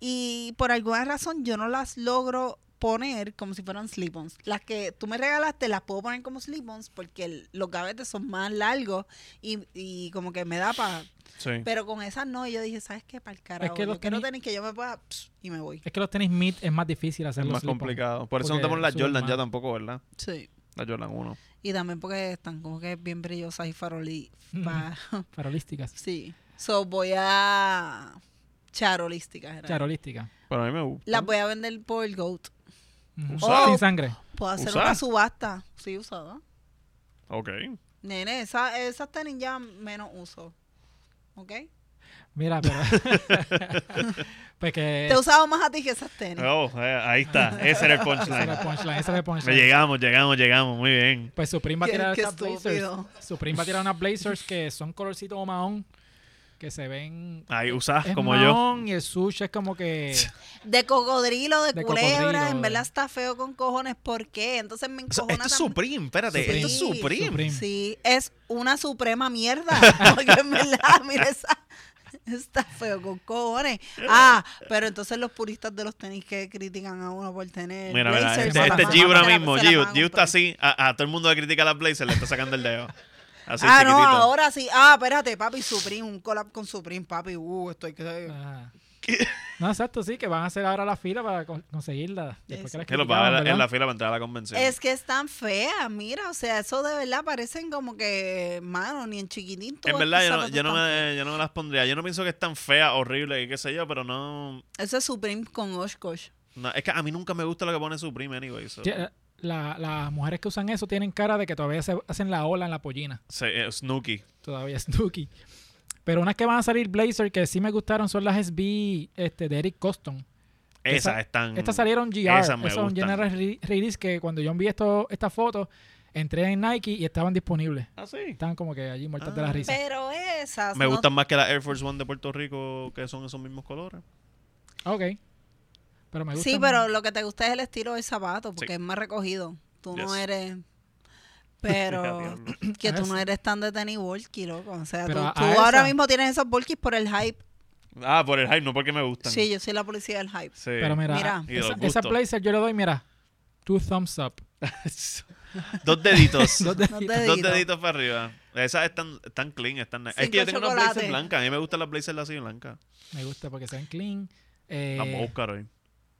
Speaker 3: Y por alguna razón yo no las logro poner como si fueran slip-ons. Las que tú me regalaste las puedo poner como slip-ons porque el- los gavetes son más largos y, y como que me da para...
Speaker 2: Sí.
Speaker 3: Pero con esas no, yo dije, ¿sabes qué? Para el carajo.
Speaker 1: que los
Speaker 3: yo quiero
Speaker 1: tenis-
Speaker 3: tenis que yo me pueda... pss, y me voy.
Speaker 1: Es que los tenis mid es más difícil
Speaker 2: Es
Speaker 1: hacerlos.
Speaker 2: más
Speaker 1: slip-on.
Speaker 2: complicado. Por eso no
Speaker 1: Porque
Speaker 2: te pones la
Speaker 1: suben
Speaker 2: Jordan
Speaker 1: más.
Speaker 2: ya tampoco, ¿verdad?
Speaker 3: Sí.
Speaker 2: La Jordan 1.
Speaker 3: Y también porque están como que bien brillosas y farolí.
Speaker 1: Ujú.
Speaker 3: fa-
Speaker 1: Farolísticas.
Speaker 3: Sí. So voy a charolísticas. era.
Speaker 1: Charolística.
Speaker 2: Pero a mí me gusta.
Speaker 3: Las voy a vender por Goat.
Speaker 1: Ujú.
Speaker 2: Usar.
Speaker 1: Sin sangre.
Speaker 3: Puedo hacer
Speaker 2: Usar.
Speaker 3: una subasta. Sí, usada.
Speaker 2: Ok.
Speaker 3: Nene, esa- esas tenis ya menos uso. ¿Ok?
Speaker 1: Mira, pero. pues que.
Speaker 3: Te he usado más a ti que esas tenis.
Speaker 2: Oh, eh, ahí está. Ese
Speaker 1: Esa era
Speaker 2: era el
Speaker 1: el
Speaker 2: punchline.
Speaker 1: punchline. Esa era el
Speaker 2: Me
Speaker 1: punchline.
Speaker 2: llegamos, llegamos, llegamos. Muy bien.
Speaker 1: Pues Supreme va a
Speaker 3: Qué-
Speaker 1: tirar
Speaker 3: qué
Speaker 1: estas Blazers.
Speaker 3: estúpido.
Speaker 1: Supreme va a tirar unas Blazers que son colorcito mahón. Que se ven.
Speaker 2: Ahí usás
Speaker 1: es
Speaker 2: Ah, como yo.
Speaker 1: mahón y el sushi es como que.
Speaker 3: De cocodrilo, de,
Speaker 1: De
Speaker 3: culebra.
Speaker 1: cocodrilo, eh.
Speaker 3: En
Speaker 1: de-
Speaker 3: verdad está feo con cojones. ¿Por qué? Entonces me
Speaker 2: Eso-
Speaker 3: encojona
Speaker 2: Esto es
Speaker 3: también.
Speaker 2: Supreme, espérate.
Speaker 3: este Supreme.
Speaker 2: Esto es
Speaker 3: Sí,
Speaker 2: Supreme.
Speaker 1: Supreme.
Speaker 3: Sí, es una suprema mierda. Porque en verdad, mira, esa, está feo con cojones. Ah, pero entonces los puristas de los tenis que critican a uno por tener.
Speaker 2: Mira, mira,
Speaker 3: blazers,
Speaker 1: se
Speaker 2: este,
Speaker 3: se
Speaker 1: la
Speaker 2: este
Speaker 1: van-
Speaker 2: es
Speaker 3: la-
Speaker 2: Giu ahora
Speaker 3: se la
Speaker 2: mismo.
Speaker 3: van a
Speaker 2: Giu,
Speaker 3: comprar.
Speaker 2: Giu está así. A, a todo el mundo que critica las Blazers le está sacando el dedo. Así
Speaker 3: Ah, no,
Speaker 2: chiquitito.
Speaker 3: ahora sí. Ah, espérate, papi, Supreme, un collab con Supreme, papi. Uh, estoy que.
Speaker 1: Ajá. ah. No, exacto, sí, que van a hacer ahora la fila para con- conseguirla.
Speaker 3: Yes.
Speaker 1: Después que las
Speaker 2: Que los va a ver
Speaker 1: criticaban,
Speaker 2: en la
Speaker 1: ¿verdad?
Speaker 2: fila para entrar a la convención.
Speaker 3: Es que están feas, mira, o sea, eso de verdad parecen como que, mano, ni en chiquitín. tú
Speaker 2: En
Speaker 3: ves
Speaker 2: verdad,
Speaker 3: tus
Speaker 2: yo no,
Speaker 3: zapatos
Speaker 2: yo, no
Speaker 3: tan feos.
Speaker 2: me, yo no me las pondría. Yo no pienso que es tan fea, horrible, y qué sé yo, pero no,
Speaker 3: Eso es Supreme con Oshkosh.
Speaker 2: no- Es que a mí nunca me gusta lo que pone Supreme, anyway. so-
Speaker 1: Sí, eh, la- las mujeres que usan eso tienen cara de que todavía se hacen la ola en la pollina.
Speaker 2: Sí, eh, Snooki.
Speaker 1: Todavía es Nuki. Pero unas que van a salir Blazer que sí me gustaron son las SB este, de Eric Coston. Esa-
Speaker 2: Esas están.
Speaker 1: Estas salieron GR.
Speaker 2: Mm. esas
Speaker 1: Esas
Speaker 2: me
Speaker 1: son
Speaker 2: gustan.
Speaker 1: General Re- Release que cuando yo envié esto, esta foto, entré en Nike y estaban disponibles.
Speaker 2: Ah, sí.
Speaker 1: Estaban como que allí muertas de
Speaker 2: Ah.
Speaker 1: la risa.
Speaker 3: Pero esas.
Speaker 2: Me
Speaker 3: no
Speaker 2: gustan más que las Air Force One de Puerto Rico, que son esos mismos colores.
Speaker 1: Ok. Pero me gusta.
Speaker 3: Sí, pero lo que te gusta es el estilo del zapato, porque
Speaker 2: Sí.
Speaker 3: es más recogido. Tú no
Speaker 2: Yes.
Speaker 3: eres.
Speaker 2: Ya,
Speaker 3: Pero
Speaker 2: diablo.
Speaker 3: que tú
Speaker 1: Yes.
Speaker 3: no eres tan de tenis bulky, loco. O sea, tú,
Speaker 1: Pero a-
Speaker 3: tú
Speaker 1: a
Speaker 3: ahora
Speaker 1: esa-
Speaker 3: mismo tienes esos bulkies por el hype.
Speaker 2: Ah, por el hype, no porque me gustan.
Speaker 3: Sí, yo Ah. soy la policía del hype.
Speaker 2: Sí.
Speaker 1: Pero mira,
Speaker 3: Mira.
Speaker 2: Y de los
Speaker 1: esa, esa
Speaker 2: gustos.
Speaker 1: Blazer yo le doy, mira, two thumbs up.
Speaker 2: Dos deditos.
Speaker 1: Dos
Speaker 2: dos
Speaker 1: de-
Speaker 3: No te
Speaker 2: deditos.
Speaker 3: digo.
Speaker 2: para arriba. Esas están, están clean, están nice. Es
Speaker 3: Cinco
Speaker 2: que yo tengo unas
Speaker 3: chocolates.
Speaker 2: blazers blancas. A mí me gustan las blazers así blancas.
Speaker 1: Me gusta porque se ven clean. Eh,
Speaker 2: Las voy a buscar hoy.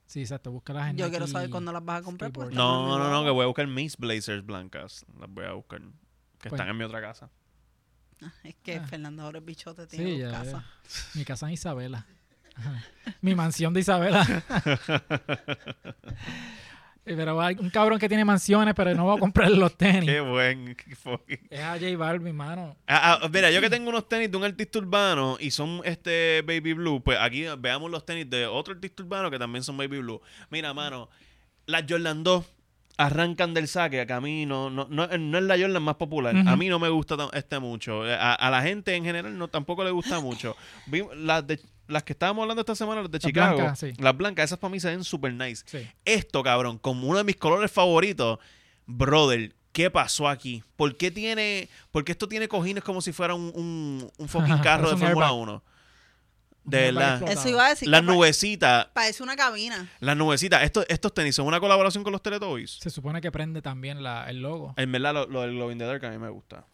Speaker 1: Sí, exacto, búscalas en
Speaker 3: Yo
Speaker 1: Nike.
Speaker 3: quiero saber cuándo las vas a comprar. pues, porque
Speaker 1: skateboard.
Speaker 3: están
Speaker 2: No, no, no,
Speaker 3: olvidadas.
Speaker 2: que voy a buscar mis blazers blancas. Las voy a buscar. Que
Speaker 1: Bueno.
Speaker 2: están en mi otra casa.
Speaker 3: Es que
Speaker 1: Ah.
Speaker 3: Fernando ahora es bichote, tiene
Speaker 1: Sí,
Speaker 3: dos
Speaker 1: ya,
Speaker 3: casas.
Speaker 1: ya. Mi casa en Isabela. Ajá. Mi mansión de Isabela. Eh, pero hay un cabrón que tiene mansiones, pero no va a comprar los tenis.
Speaker 2: Qué buen. qué fucking-
Speaker 1: Es a J Balvin, mano.
Speaker 2: Ah, ah, mira, yo que tengo unos tenis de un artista urbano y son este baby blue, pues aquí veamos los tenis de otro artista urbano que también son baby blue. Mira, mano, las Jordan 2 arrancan del saque, que a mí no, no, no, no es la Jordan más popular.
Speaker 1: Ujú.
Speaker 2: A mí no me gusta tan- este mucho. A, a la gente en general no tampoco le gusta mucho. Vi- las, de- las que estábamos hablando esta semana, las de
Speaker 1: Las
Speaker 2: Chicago,
Speaker 1: blancas, sí.
Speaker 2: las blancas, esas para mí se ven super nice.
Speaker 1: Sí.
Speaker 2: Esto, cabrón, como uno de mis colores favoritos, brother, ¿qué pasó aquí? ¿Por qué tiene, porque esto tiene cojines como si fuera un, un, un fucking carro
Speaker 1: Es
Speaker 2: de
Speaker 1: un
Speaker 2: Fórmula
Speaker 1: airbag.
Speaker 2: 1? De
Speaker 1: Un airbag
Speaker 2: verdad.
Speaker 1: explotado.
Speaker 3: Eso iba a decir.
Speaker 2: Las
Speaker 3: que pues pa-
Speaker 2: nubecitas,
Speaker 3: Parece una cabina.
Speaker 2: las nubecitas, estos, estos tenis son una colaboración con los Teletubbies.
Speaker 1: Se supone que prende también la, el logo.
Speaker 2: En verdad, lo, lo del Glowing the Dark a mí me gusta.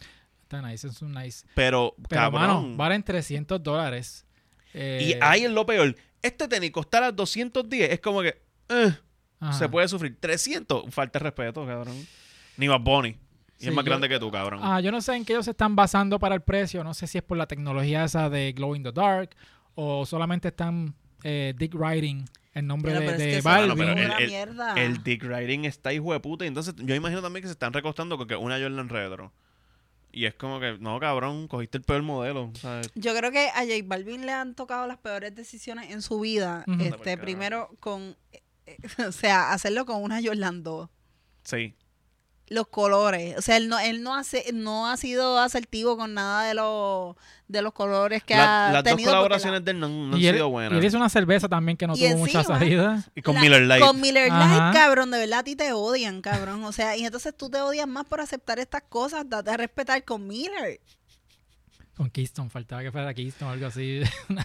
Speaker 1: Está nice, es un nice.
Speaker 2: Pero,
Speaker 1: Pero,
Speaker 2: cabrón.
Speaker 1: mano, valen 300 dólares.
Speaker 2: y
Speaker 1: Eh,
Speaker 2: ahí es lo peor. Este tenis costará 210. Es como que eh,
Speaker 1: ajá.
Speaker 2: se puede sufrir. 300. Falta de respeto, cabrón. Ni Bad Bunny. Y
Speaker 1: Sí,
Speaker 2: es más
Speaker 1: yo-
Speaker 2: grande que tú, cabrón.
Speaker 1: Ah, yo no sé en qué ellos se están basando para el precio. No sé si es por la tecnología esa de Glow in the Dark o solamente están eh, dick riding el nombre
Speaker 3: Mira,
Speaker 1: de,
Speaker 3: pero es
Speaker 1: de
Speaker 3: que eso
Speaker 1: Balvin.
Speaker 2: No, pero
Speaker 3: es
Speaker 2: el-
Speaker 3: una
Speaker 2: el-
Speaker 3: mierda.
Speaker 2: El Dick Riding está hijo de puta. Y Entonces, yo imagino también que se están recostando con que una Jordan Retro. Y es como que, no, cabrón, cogiste el peor modelo. ¿sabes?
Speaker 3: Yo creo que a J Balvin le han tocado las peores decisiones en su vida.
Speaker 1: Ujú. Anda
Speaker 2: pa'l
Speaker 3: Este,
Speaker 2: carajo.
Speaker 3: primero con, eh, eh, o sea, hacerlo con una Jordan 2.
Speaker 2: Sí.
Speaker 3: Los colores, o sea, él no, él no hace, no ha sido asertivo con nada de los, de los colores que
Speaker 2: La-
Speaker 3: ha
Speaker 2: las dos
Speaker 3: tenido. porque la-
Speaker 2: colaboraciones de él no, no han
Speaker 1: y, él,
Speaker 2: sido
Speaker 1: y
Speaker 2: buenas.
Speaker 1: él
Speaker 2: Y,
Speaker 1: hizo una cerveza también que no
Speaker 3: Y
Speaker 1: tuvo mucha
Speaker 3: encima-
Speaker 1: salida.
Speaker 2: con
Speaker 3: la-
Speaker 2: Miller Lite.
Speaker 3: Con Miller Lite,
Speaker 1: Ajá.
Speaker 3: cabrón, de verdad a ti te odian, cabrón. O sea, y entonces tú te odias más por aceptar estas cosas, date a respetar con Miller.
Speaker 1: Con Keystone, faltaba que fuera Keystone o algo así.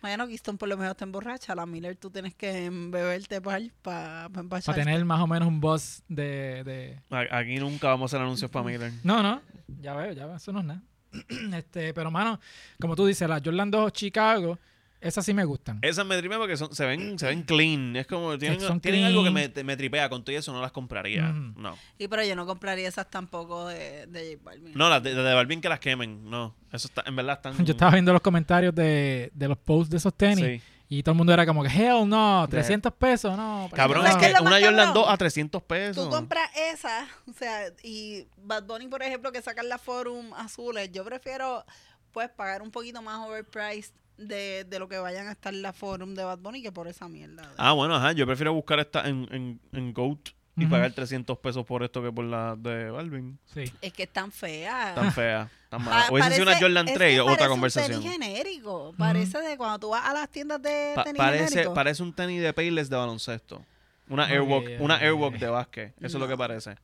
Speaker 3: Bueno, Keystone por lo menos te emborracha, la Miller tú tienes que em, beberte para pa, pa
Speaker 1: para
Speaker 3: empacharte.
Speaker 1: tener más o menos un buzz de, de-
Speaker 2: A- Aquí nunca vamos a hacer anuncios para Miller.
Speaker 1: No, no, ya veo, ya veo, eso no es nada. este, pero, mano, como tú dices, las Jordan 2 Chicago, esas sí me gustan.
Speaker 2: Esas me tripean porque son- se, ven, se ven clean. Es como, tienen,
Speaker 1: son
Speaker 2: tienen algo que me,
Speaker 1: clean.
Speaker 2: me tripea. Con todo eso no las compraría.
Speaker 1: Ujú.
Speaker 2: No.
Speaker 3: Y pero yo no compraría esas tampoco de, de J Balvin.
Speaker 2: No, las de, de Balvin que las quemen. No. Eso está, en verdad están...
Speaker 1: Yo estaba viendo los comentarios de, de los posts de esos tenis
Speaker 2: Sí.
Speaker 1: y todo el mundo era como que, hell no,
Speaker 2: De-
Speaker 1: 300 pesos, no. para
Speaker 2: Cabrón,
Speaker 1: nada".
Speaker 2: es
Speaker 3: ¿Sabes qué
Speaker 2: que
Speaker 3: Pues es lo
Speaker 2: una
Speaker 3: más
Speaker 2: Jordan
Speaker 3: cabrón?
Speaker 2: 2 a 300 pesos.
Speaker 3: Tú compras esas, o sea, y Bad Bunny, por ejemplo, que sacan las Forum azules, yo prefiero, pues, pagar un poquito más overpriced de, de lo que vayan a estar las Forum de Bad Bunny que por esa mierda. de-
Speaker 2: Ah, bueno, ajá. Yo prefiero buscar esta en, en, en Goat y
Speaker 1: Ujú.
Speaker 2: pagar 300 pesos por esto que por la de Balvin.
Speaker 1: Sí.
Speaker 3: Es que es tan fea.
Speaker 2: Tan fea, tan mala.
Speaker 3: Ah. Pa-
Speaker 2: Hubiese sido una
Speaker 3: parece-
Speaker 2: Jordan
Speaker 3: es que
Speaker 2: 3,
Speaker 3: parece
Speaker 2: otra
Speaker 3: un
Speaker 2: conversación.
Speaker 3: tenis genérico. Parece de cuando tú vas a las tiendas de
Speaker 2: Pa-
Speaker 3: tenis
Speaker 2: parece,
Speaker 3: genérico. Ah,
Speaker 2: parece un tenis de Payless de baloncesto. Una
Speaker 1: Ok,
Speaker 2: Airwalk, una
Speaker 1: ok.
Speaker 2: Airwalk de básquet. Eso es lo que
Speaker 3: No.
Speaker 2: parece.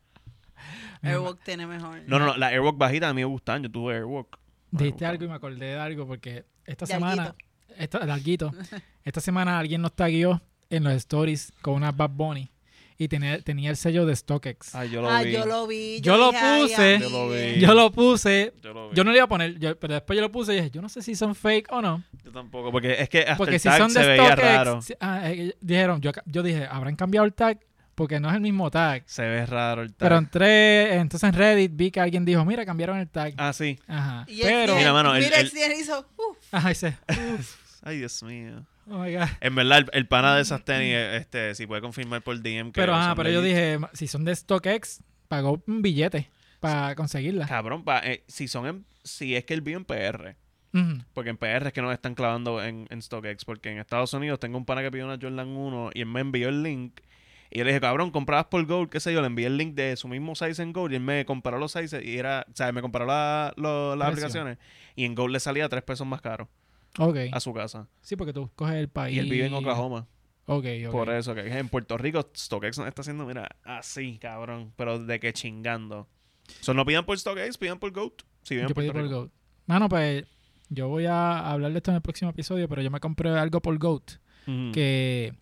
Speaker 3: Airwalk tiene mejor.
Speaker 2: No, no, no. La Airwalk bajita a mí me gustan. Yo tuve Airwalk. No me
Speaker 1: Dijiste
Speaker 2: gustan.
Speaker 1: algo y me acordé de algo porque esta
Speaker 3: De
Speaker 1: semana, esta, larguito, esta semana alguien nos taguió en los stories con una Bad Bunny y tenía, tenía el sello de StockX.
Speaker 2: Ay, yo lo
Speaker 3: Ah,
Speaker 2: vi.
Speaker 3: yo lo vi.
Speaker 1: Yo lo
Speaker 3: dije, ay,
Speaker 1: puse.
Speaker 2: Yo lo
Speaker 3: amigue.
Speaker 2: vi.
Speaker 1: Yo lo puse,
Speaker 2: Yo lo vi.
Speaker 1: yo no lo iba a poner, yo- pero después yo lo puse y dije, yo no sé si son fake o no.
Speaker 2: Yo tampoco, porque es que hasta
Speaker 1: Porque
Speaker 2: el
Speaker 1: si
Speaker 2: tag
Speaker 1: son
Speaker 2: se
Speaker 1: de
Speaker 2: veía raro.
Speaker 1: StockX, si- ah, eh, dijeron, yo, ca- yo dije, habrán cambiado el tag porque no es el mismo tag.
Speaker 2: Se ve raro el tag.
Speaker 1: Pero entré, entonces en Reddit vi que alguien dijo, mira, cambiaron el tag.
Speaker 2: Ah, sí.
Speaker 1: Ajá.
Speaker 3: Y el
Speaker 1: Pero,
Speaker 3: CN
Speaker 2: Mira, mano, el-
Speaker 3: mira, el
Speaker 2: el-
Speaker 3: CN hizo. uh, "Uf".
Speaker 1: ajá, ese,
Speaker 2: Ay, Dios mío.
Speaker 1: oh my God.
Speaker 2: En verdad, el, el pana de esas tenis, este, si puede confirmar por
Speaker 1: Mm,
Speaker 2: DM que.
Speaker 1: Pero, ajá,
Speaker 2: son
Speaker 1: pero
Speaker 2: de
Speaker 1: yo
Speaker 2: allí.
Speaker 1: dije, ma- si son de StockX, pagó un billete para conseguirla.
Speaker 2: Cabrón, pa- eh, si son en- si es que él vive en PR.
Speaker 1: Ujú.
Speaker 2: Porque en PR es que nos están clavando en, en StockX. Porque en Estados Unidos tengo un pana que pidió una Jordan 1 y él me envió el link. Y yo le dije, cabrón, comprabas por Gold, qué sé yo. Le envié el link de su mismo size en Gold y él me comparó los sizes y era, o sea, me comparó la- lo- las
Speaker 1: Precio.
Speaker 2: aplicaciones. Y en Gold le salía tres pesos más caro
Speaker 1: Ok.
Speaker 2: a su casa.
Speaker 1: Sí, porque tú coges el país.
Speaker 2: Ah, Y él vive en Oklahoma.
Speaker 1: Ok, ok.
Speaker 2: Por eso, que en Puerto Rico StockX nos está haciendo, mira, así, cabrón. Pero de que chingando. So, no pidan por StockX, pidan por Goat. Si viven
Speaker 1: yo
Speaker 2: en
Speaker 1: pedí
Speaker 2: Puerto
Speaker 1: por
Speaker 2: Rico.
Speaker 1: Goat. Mano, pues yo voy a hablar de esto en el próximo episodio, pero yo me compré algo por Goat.
Speaker 2: Ujú.
Speaker 1: que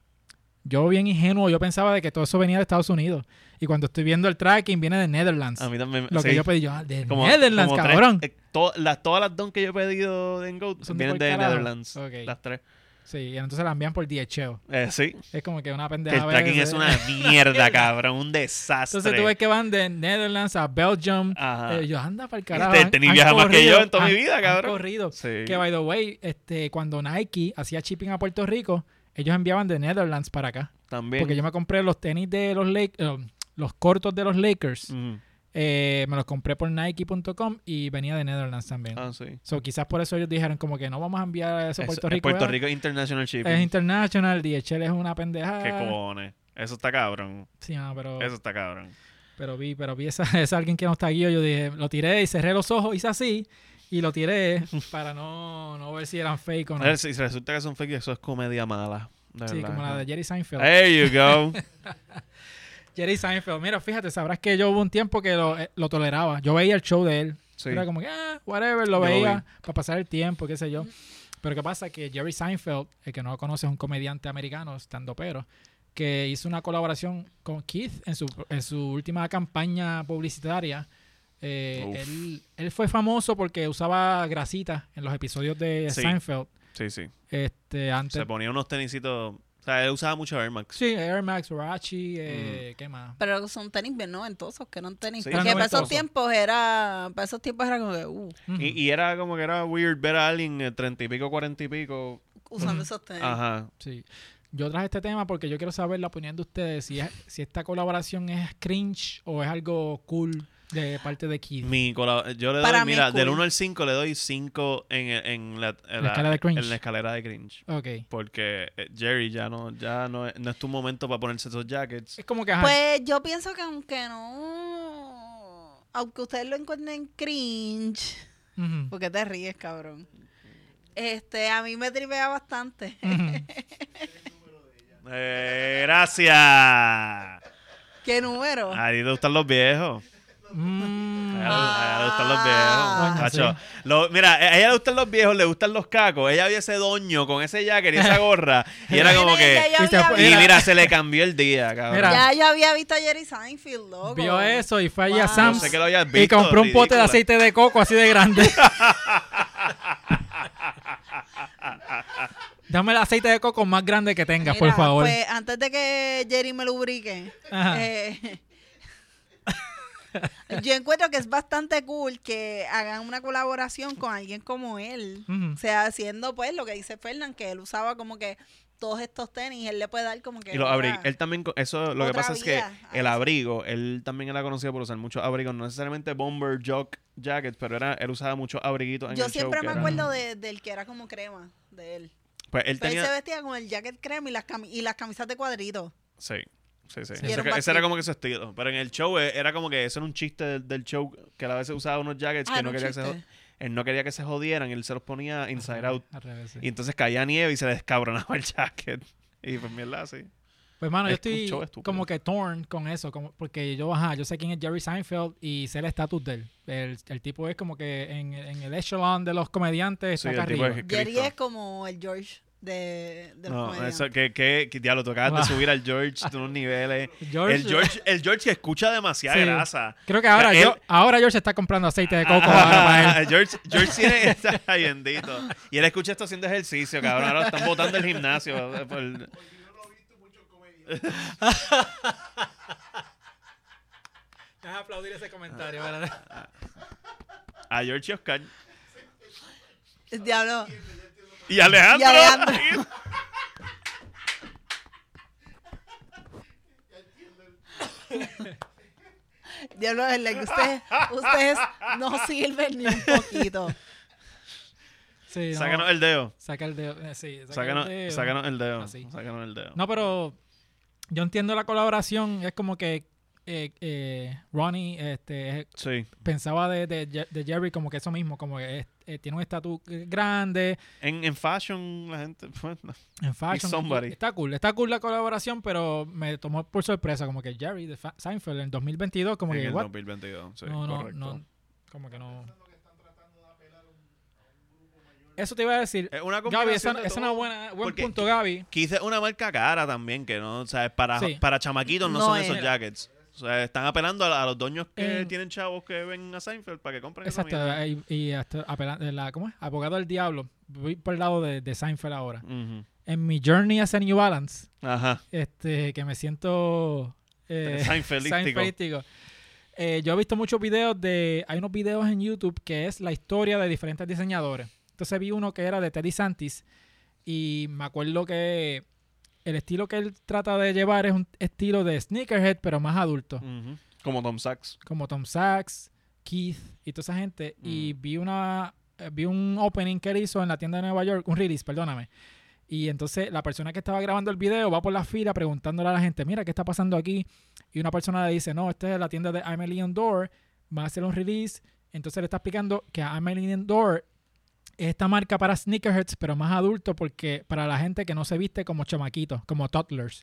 Speaker 1: yo bien ingenuo, yo pensaba de que todo eso venía de Estados Unidos. Y cuando estoy viendo el tracking, viene de Netherlands.
Speaker 2: A mí también.
Speaker 1: Lo que
Speaker 2: sí.
Speaker 1: yo pedí, yo, ah, de
Speaker 2: Como-
Speaker 1: Netherlands,
Speaker 2: como tres-
Speaker 1: cabrón.
Speaker 2: eh, to- las- todas las don que yo he pedido en Goat
Speaker 1: Son de
Speaker 2: vienen
Speaker 1: por
Speaker 2: de
Speaker 1: carajo.
Speaker 2: Netherlands.
Speaker 1: Ok.
Speaker 2: Las tres.
Speaker 1: Sí, y entonces la envían por DHL.
Speaker 2: Eh, sí.
Speaker 1: Es como que una
Speaker 2: Que
Speaker 1: pendeja.
Speaker 2: el
Speaker 1: a
Speaker 2: tracking
Speaker 1: veces.
Speaker 2: es una mierda, cabrón. Un desastre.
Speaker 1: Entonces tú ves que van de Netherlands a Belgium.
Speaker 2: Ajá.
Speaker 1: Eh, yo, anda para el carajo.
Speaker 2: Este
Speaker 1: han-
Speaker 2: tenis
Speaker 1: han
Speaker 2: viaja más que
Speaker 1: corrido,
Speaker 2: yo en toda mi
Speaker 1: han-
Speaker 2: vida,
Speaker 1: han
Speaker 2: cabrón.
Speaker 1: corrido.
Speaker 2: Sí.
Speaker 1: Que, by the way, este, cuando Nike hacía shipping a Puerto Rico, ellos enviaban de Netherlands para acá.
Speaker 2: También.
Speaker 1: Porque yo me compré los tenis de los Lakers, los cortos de los Lakers.
Speaker 2: Ujú.
Speaker 1: Eh, me los compré por Nike.com y venía de Netherlands también.
Speaker 2: Ah, sí.
Speaker 1: So, quizás por eso ellos dijeron como que no vamos a enviar eso a
Speaker 2: Es-
Speaker 1: Puerto
Speaker 2: es
Speaker 1: Rico.
Speaker 2: Puerto pues.
Speaker 1: ¿verdad?
Speaker 2: Rico International Shipping.
Speaker 1: Es international, DHL es una
Speaker 2: Qué
Speaker 1: pendejada.
Speaker 2: cojones. Eso está cabrón.
Speaker 1: Sí, no, pero,
Speaker 2: Eso está cabrón.
Speaker 1: pero vi, pero vi esa, esa alguien que no está aquí. Yo dije, lo tiré y cerré los ojos, hice así y lo tiré para no, no ver si eran fake o no.
Speaker 2: A ver, Si si resulta que son fake, eso es comedia mala. de
Speaker 1: Sí,
Speaker 2: verdad. Eh.
Speaker 1: como la de Jerry Seinfeld.
Speaker 2: There you go.
Speaker 1: Jerry Seinfeld. Mira, fíjate, sabrás que yo hubo un tiempo que lo, eh, lo toleraba. Yo veía el show de él.
Speaker 2: Sí.
Speaker 1: Era como que, ah, whatever, lo
Speaker 2: Yo lo
Speaker 1: veía
Speaker 2: vi.
Speaker 1: para pasar el tiempo, qué sé yo. Pero ¿qué pasa? Que Jerry Seinfeld, el que no lo conoce, es un comediante americano, estando pero, que hizo una colaboración con Keith en su, en su última campaña publicitaria. Eh,
Speaker 2: Uf.
Speaker 1: él, él fue famoso porque usaba grasita en los episodios de
Speaker 2: Sí.
Speaker 1: Seinfeld.
Speaker 2: Sí, sí.
Speaker 1: Este, antes.
Speaker 2: Se ponía unos tenisitos. O sea, él usaba mucho Air Max.
Speaker 1: Sí, Air Max, Rachi,
Speaker 2: Mm.
Speaker 1: eh, ¿qué más?
Speaker 3: Pero son tenis bien noventosos, que no tenis.
Speaker 2: Sí.
Speaker 3: Porque
Speaker 1: Eran
Speaker 3: para esos
Speaker 1: noventosos.
Speaker 3: tiempos era, para esos tiempos era como que, uh,
Speaker 1: Ujú.
Speaker 2: Y, y era como que era weird ver a alguien eh, treinta y pico, cuarenta y pico.
Speaker 3: usando
Speaker 1: Ujú.
Speaker 3: esos tenis.
Speaker 2: Ajá.
Speaker 1: Sí. Yo traje este tema porque yo quiero saber la opinión de ustedes si, es- si esta colaboración es cringe o es algo cool de parte de Keith.
Speaker 2: Mi colab- yo le doy,
Speaker 3: Para mí
Speaker 2: mira,
Speaker 3: es
Speaker 2: del
Speaker 3: cool.
Speaker 2: 1 al 5 le doy 5 en, en la, en
Speaker 1: La escala de cringe.
Speaker 2: En la escalera de cringe.
Speaker 1: Ok.
Speaker 2: Porque eh, Jerry ya no, ya no, es, no es tu momento para ponerse esos jackets.
Speaker 1: Es como que... ajá,
Speaker 3: Pues yo pienso que aunque no, aunque ustedes lo encuentren cringe,
Speaker 1: ujú,
Speaker 3: porque te ríes, cabrón. Este, a mí me tripea bastante.
Speaker 1: ujú.
Speaker 2: Eh, gracias.
Speaker 3: ¿Qué número?
Speaker 2: A ti te gustan los viejos. A
Speaker 1: Mm,
Speaker 2: ella, a ella le gustan los
Speaker 3: Ah.
Speaker 2: viejos.
Speaker 1: Coño,
Speaker 2: Chacho, lo- mira, a ella le gustan los viejos, le gustan los cacos. Ella vio ese doño con ese jacket y esa gorra. Y era como
Speaker 3: Mira,
Speaker 2: que.
Speaker 3: Ya
Speaker 1: Y se
Speaker 3: yo, había,
Speaker 1: fue-
Speaker 2: Y
Speaker 1: Mira.
Speaker 2: mira, se le cambió el día, cabrón.
Speaker 1: Mira.
Speaker 3: ya yo había visto a Jerry Seinfeld, loco.
Speaker 1: vio eso y fue allí a
Speaker 3: Wow.
Speaker 2: Yo
Speaker 1: Sam's
Speaker 2: sé que lo habías visto.
Speaker 1: y compró un pote de
Speaker 2: ridícula.
Speaker 1: aceite de coco así de grande. Dame el aceite de coco más grande que tengas, por
Speaker 3: Mira,
Speaker 1: favor.
Speaker 3: Pues antes de que Jerry me lubrique,
Speaker 1: Ajá.
Speaker 3: eh, yo encuentro que es bastante cool que hagan una colaboración con alguien como él.
Speaker 1: Ujú.
Speaker 3: O sea, haciendo pues lo que dice Fernán, que él usaba como que todos estos tenis, él le puede dar como que...
Speaker 2: Y los
Speaker 3: mira,
Speaker 2: abrigos. Él también, co- eso lo que
Speaker 3: Otra
Speaker 2: pasa es que
Speaker 3: vida.
Speaker 2: el
Speaker 3: Ah, sí.
Speaker 2: abrigo, él también era conocido por usar muchos abrigos, no necesariamente bomber jock jackets, pero era, él usaba muchos abriguitos en
Speaker 3: Yo
Speaker 2: el show
Speaker 3: siempre
Speaker 2: que
Speaker 3: me
Speaker 2: eran-
Speaker 3: acuerdo de- del que era como crema, de él.
Speaker 2: Pues él
Speaker 3: Pero él se
Speaker 2: tenía.
Speaker 3: vestía con el jacket crema y las, cami- y las camisas de cuadrito.
Speaker 2: Sí, sí,
Speaker 1: Sí.
Speaker 2: sí. Ese,
Speaker 3: Era un
Speaker 2: que- ese era
Speaker 3: backstreet.
Speaker 2: como que su estilo. Pero en el show eh, era como que eso era un chiste del, del show que él a veces usaba unos jackets
Speaker 3: Ah,
Speaker 2: que
Speaker 3: era
Speaker 2: no
Speaker 3: un
Speaker 2: quería que se,
Speaker 3: chiste.
Speaker 2: jo- él no quería que se jodieran, él se los ponía inside out.
Speaker 1: Al revés, sí.
Speaker 2: Y entonces caía nieve y se le descabronaba el jacket. Y pues mierda, sí.
Speaker 1: Pues, mano, yo
Speaker 2: Es un show
Speaker 1: estoy
Speaker 2: estúpido.
Speaker 1: como que torn con eso, como, porque yo, ajá, yo sé quién es Jerry Seinfeld y sé el estatus de él. El, el tipo es como que en, en el echelon de los comediantes
Speaker 2: Sí,
Speaker 1: está acá
Speaker 2: el tipo
Speaker 1: arriba.
Speaker 2: es-
Speaker 3: Jerry
Speaker 2: Cristo.
Speaker 3: es como el George de, de los
Speaker 2: No,
Speaker 3: comediantes.
Speaker 2: eso, que, que, que diablo, tocabas
Speaker 1: Wow.
Speaker 2: de subir al George de unos niveles.
Speaker 1: George-
Speaker 2: el George, el George que escucha demasiada
Speaker 1: Sí.
Speaker 2: grasa.
Speaker 1: Creo que ahora,
Speaker 2: Él-
Speaker 1: yo, ahora George está comprando aceite de coco ahora para él.
Speaker 2: George, George tiene está ay, bendito. Y él escucha esto haciendo ejercicio, cabrón. Ahora lo están botando del gimnasio. eh, por-
Speaker 1: Deja aplaudir ese comentario,
Speaker 2: A George y Oscar.
Speaker 3: El diablo.
Speaker 2: Y Alejandro.
Speaker 3: Y Alejandro. Diablo, es la que ustedes, ustedes no sirven ni un poquito.
Speaker 1: Sí, no,
Speaker 2: sácanos el dedo.
Speaker 1: saca el dedo. eh, sí, saca
Speaker 2: Sácanos,
Speaker 1: el dedo.
Speaker 2: sácanos el dedo.
Speaker 1: Así.
Speaker 2: Sácanos el dedo.
Speaker 1: No, pero yo entiendo la colaboración. Es como que eh, eh, Ronnie este, es
Speaker 2: Sí.
Speaker 1: pensaba de, de, Je- de Jerry como que eso mismo, como que es- eh, tiene un estatus eh, grande
Speaker 2: En, en fashion, la gente. pues, no.
Speaker 1: en fashion.
Speaker 2: somebody.
Speaker 1: Está cool, está cool la colaboración, pero me tomó por sorpresa como que Jerry de Fa- Seinfeld en 2022 como
Speaker 2: en
Speaker 1: que
Speaker 2: el
Speaker 1: what?
Speaker 2: 2022. Sí,
Speaker 1: no, no,
Speaker 2: correcto.
Speaker 1: no, como que no. Eso te iba a decir.
Speaker 2: Es una
Speaker 1: Gaby, esa,
Speaker 2: combinación de
Speaker 1: esa es
Speaker 2: todo.
Speaker 1: una buena, buen
Speaker 2: Porque-
Speaker 1: punto, Gaby.
Speaker 2: Quizá es una marca cara también, que no, o sea, para,
Speaker 1: Sí.
Speaker 2: para chamaquitos no,
Speaker 3: No
Speaker 2: son
Speaker 3: es.
Speaker 2: esos jackets. O sea, están apelando a, a los dueños que
Speaker 1: En-
Speaker 2: tienen chavos que ven a Seinfeld para que compren esa
Speaker 1: Eh. Exacto,
Speaker 2: mierda.
Speaker 1: y, y hasta apela- eh, la, ¿cómo es? Abogado del diablo. Voy por el lado de, de Seinfeld ahora.
Speaker 2: Ujú.
Speaker 1: En mi journey hacia New Balance,
Speaker 2: Ajá.
Speaker 1: este, que me siento eh,
Speaker 2: Seinfeldístico.
Speaker 1: Seinfeldístico. Eh, yo he visto muchos videos de, hay unos videos en YouTube que es la historia de diferentes diseñadores. Entonces vi uno que era de Teddy Santis y me acuerdo que el estilo que él trata de llevar es un estilo de sneakerhead pero más adulto,
Speaker 2: Ujú. Como Tom Sachs.
Speaker 1: como Tom Sachs, Keith y toda esa gente. Y vi una, eh, vi un opening que él hizo en la tienda de Nueva York, un release, perdóname. Y entonces la persona que estaba grabando el video va por la fila preguntándole a la gente, mira, ¿qué está pasando aquí? Y una persona le dice, no, esta es la tienda de I'm a Leon Door, va a hacer un release. Entonces le está explicando que I'm a Leon Door es esta marca para sneakerheads, pero más adulto, porque para la gente que no se viste como chamaquitos, como toddlers.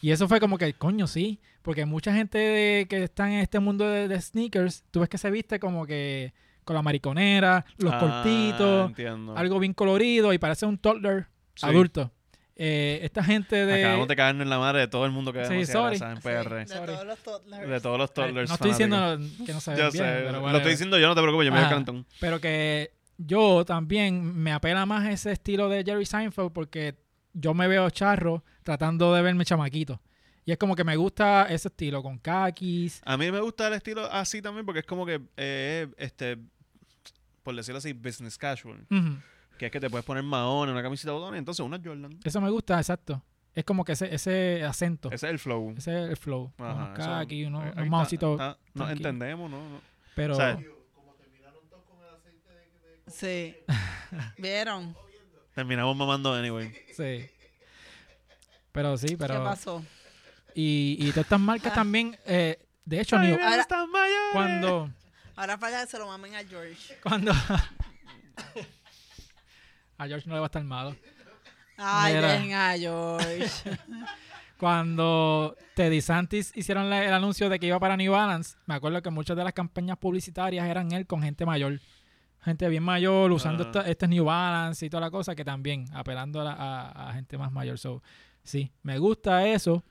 Speaker 1: Y eso fue como que, coño, sí, porque mucha gente de- que está en este mundo de, de sneakers, tú ves que se viste como que con la mariconera, los
Speaker 2: Ah,
Speaker 1: cortitos,
Speaker 2: Entiendo.
Speaker 1: algo bien colorido y parece un toddler
Speaker 2: Sí.
Speaker 1: adulto. Eh, esta gente de...
Speaker 2: Acabamos de cagarnos en la madre de todo el mundo que
Speaker 1: Sí,
Speaker 2: vemos
Speaker 1: sorry.
Speaker 2: en PR.
Speaker 3: de todos los toddlers.
Speaker 2: De todos los
Speaker 1: eh,
Speaker 2: toddlers.
Speaker 1: no estoy
Speaker 2: fanáticos.
Speaker 1: diciendo que no se
Speaker 2: Yo
Speaker 1: ven bien,
Speaker 2: sé,
Speaker 1: pero
Speaker 2: lo
Speaker 1: whatever.
Speaker 2: estoy diciendo yo, no te preocupes, yo me voy
Speaker 1: Ajá.
Speaker 2: al cantón.
Speaker 1: Pero que yo también me apela más ese estilo de Jerry Seinfeld porque yo me veo charro tratando de verme chamaquito. Y es como que me gusta ese estilo con kakis.
Speaker 2: A mí me gusta el estilo así también porque es como que, eh, este, por decirlo así, business casual.
Speaker 1: Ujú.
Speaker 2: Que es que te puedes poner maones, una camiseta de botones, entonces una Jordan.
Speaker 1: Eso me gusta, exacto. Es como que ese, ese acento,
Speaker 2: Ese es el flow.
Speaker 1: ese es el flow.
Speaker 2: Ajá,
Speaker 1: unos
Speaker 2: eso-
Speaker 1: kakis, unos, unos
Speaker 2: eh, ahí está,
Speaker 1: mousecitos,
Speaker 2: está- Nos
Speaker 1: tranquilo.
Speaker 2: entendemos, ¿no? no.
Speaker 1: pero...
Speaker 2: o sea,
Speaker 3: Sí. ¿Vieron?
Speaker 2: Terminamos mamando anyway.
Speaker 1: Sí. Pero sí, pero...
Speaker 3: ¿Qué pasó?
Speaker 1: Y, y todas estas marcas también... eh, de hecho,
Speaker 2: Ay,
Speaker 1: New,
Speaker 2: me
Speaker 3: Ahora-
Speaker 2: gustan mayores.
Speaker 1: cuando...
Speaker 3: Ahora falta que se lo mamen a George.
Speaker 1: Cuando... A George no le va a estar malo.
Speaker 3: Ay,
Speaker 1: Mira.
Speaker 3: dejen a George.
Speaker 1: Cuando Teddy Santis hicieron la- el anuncio de que iba para New Balance, me acuerdo que muchas de las campañas publicitarias eran él con gente mayor. Gente bien mayor, usando
Speaker 2: Ah.
Speaker 1: esta- este New Balance y toda la cosa, que también apelando a, la- a- a gente más mayor. So, sí, me gusta eso.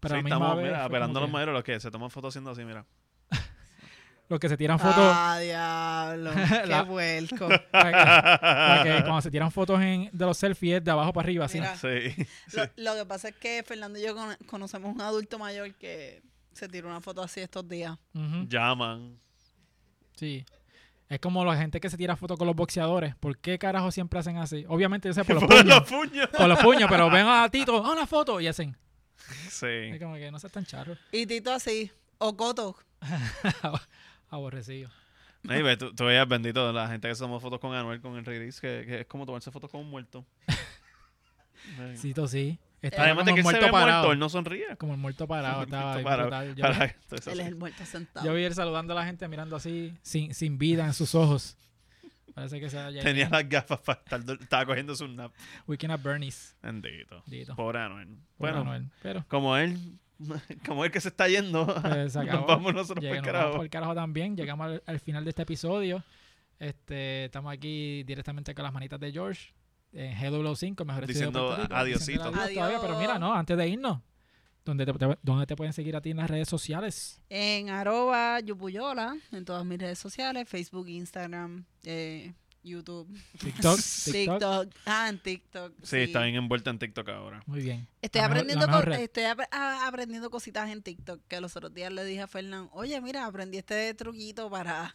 Speaker 1: Pero a
Speaker 2: Sí,
Speaker 1: la misma
Speaker 2: estamos,
Speaker 1: vez
Speaker 2: mira,
Speaker 1: fue
Speaker 2: apelando
Speaker 1: como
Speaker 2: a los
Speaker 1: que
Speaker 2: mayores, los que se toman fotos haciendo así, mira.
Speaker 1: los que se tiran fotos.
Speaker 3: ah, diablo. Qué
Speaker 1: La-
Speaker 3: vuelco.
Speaker 1: la que- la que cuando se tiran fotos en- de los selfies es de abajo para arriba, así.
Speaker 3: Mira.
Speaker 2: Sí.
Speaker 3: Lo, lo que pasa es que Fernando y yo cono- conocemos un adulto mayor que se tiró una foto así estos días.
Speaker 1: Ujú.
Speaker 2: Llaman.
Speaker 1: Sí. Es como la gente que se tira fotos con los boxeadores. ¿Por qué carajo siempre hacen así? Obviamente, yo sé por los
Speaker 2: Por
Speaker 1: puños.
Speaker 2: los puños.
Speaker 1: Con los puños, pero ven a Tito, ¡ah, una foto! Y hacen. Es
Speaker 2: Sí.
Speaker 1: como que no seas tan charro.
Speaker 3: Y Tito así, o Coto.
Speaker 1: Aborrecido.
Speaker 2: Ay, ve, tú, tú veías, bendito, la gente que se tomó fotos con Anuel, con Henry Dix, que, que es como tomarse fotos con un muerto. Ay.
Speaker 1: Tito sí. Estaba
Speaker 2: Además
Speaker 1: como
Speaker 2: de
Speaker 1: el
Speaker 2: que él se
Speaker 1: muerto
Speaker 2: ve
Speaker 1: parado.
Speaker 2: muerto, él no sonríe.
Speaker 1: Como el muerto parado.
Speaker 2: El muerto
Speaker 1: Estaba ahí
Speaker 2: parado.
Speaker 1: brutal. Yo,
Speaker 2: Para- entonces,
Speaker 3: Él es
Speaker 2: así.
Speaker 3: el muerto sentado.
Speaker 1: yo vi él saludando a la gente mirando así, sin, sin vida en sus ojos. Parece que se haya ido.
Speaker 2: Tenía las gafas para estar, dur- estaba cogiendo su nap.
Speaker 1: Weekend at Bernie's.
Speaker 2: Bendito.
Speaker 1: Tito.
Speaker 2: Pobre Anuel.
Speaker 1: Pobre
Speaker 2: Bueno,
Speaker 1: Manuel, Pero.
Speaker 2: como él, como él que se está yendo,
Speaker 1: Pues, se acabó.
Speaker 2: nos vamos nosotros
Speaker 1: Llega- nos
Speaker 2: para el
Speaker 1: vamos
Speaker 2: carajo.
Speaker 1: por el carajo también. Llegamos al, al final de este episodio. Este, estamos aquí directamente con las manitas de George en GW5, mejor estudio de
Speaker 2: Diciendo
Speaker 1: Puerto Rico,
Speaker 2: adiosito.
Speaker 1: diciéndole adiós todavía,
Speaker 3: Adiós.
Speaker 1: pero mira, no, antes de irnos, ¿dónde te, te- dónde te pueden seguir a ti en las redes sociales?
Speaker 3: En arroba yupuyola, en todas mis redes sociales, Facebook, Instagram, eh, YouTube,
Speaker 1: TikTok, TikTok.
Speaker 3: TikTok. Ah, en TikTok.
Speaker 2: Sí, está bien envuelta en TikTok ahora.
Speaker 1: Muy bien.
Speaker 3: Estoy
Speaker 1: La mejor-
Speaker 3: aprendiendo,
Speaker 1: la mejor
Speaker 3: co-
Speaker 1: red.
Speaker 3: estoy apre- a- aprendiendo cositas en TikTok que los otros días le dije a Fernán, oye, mira, aprendí este truquito para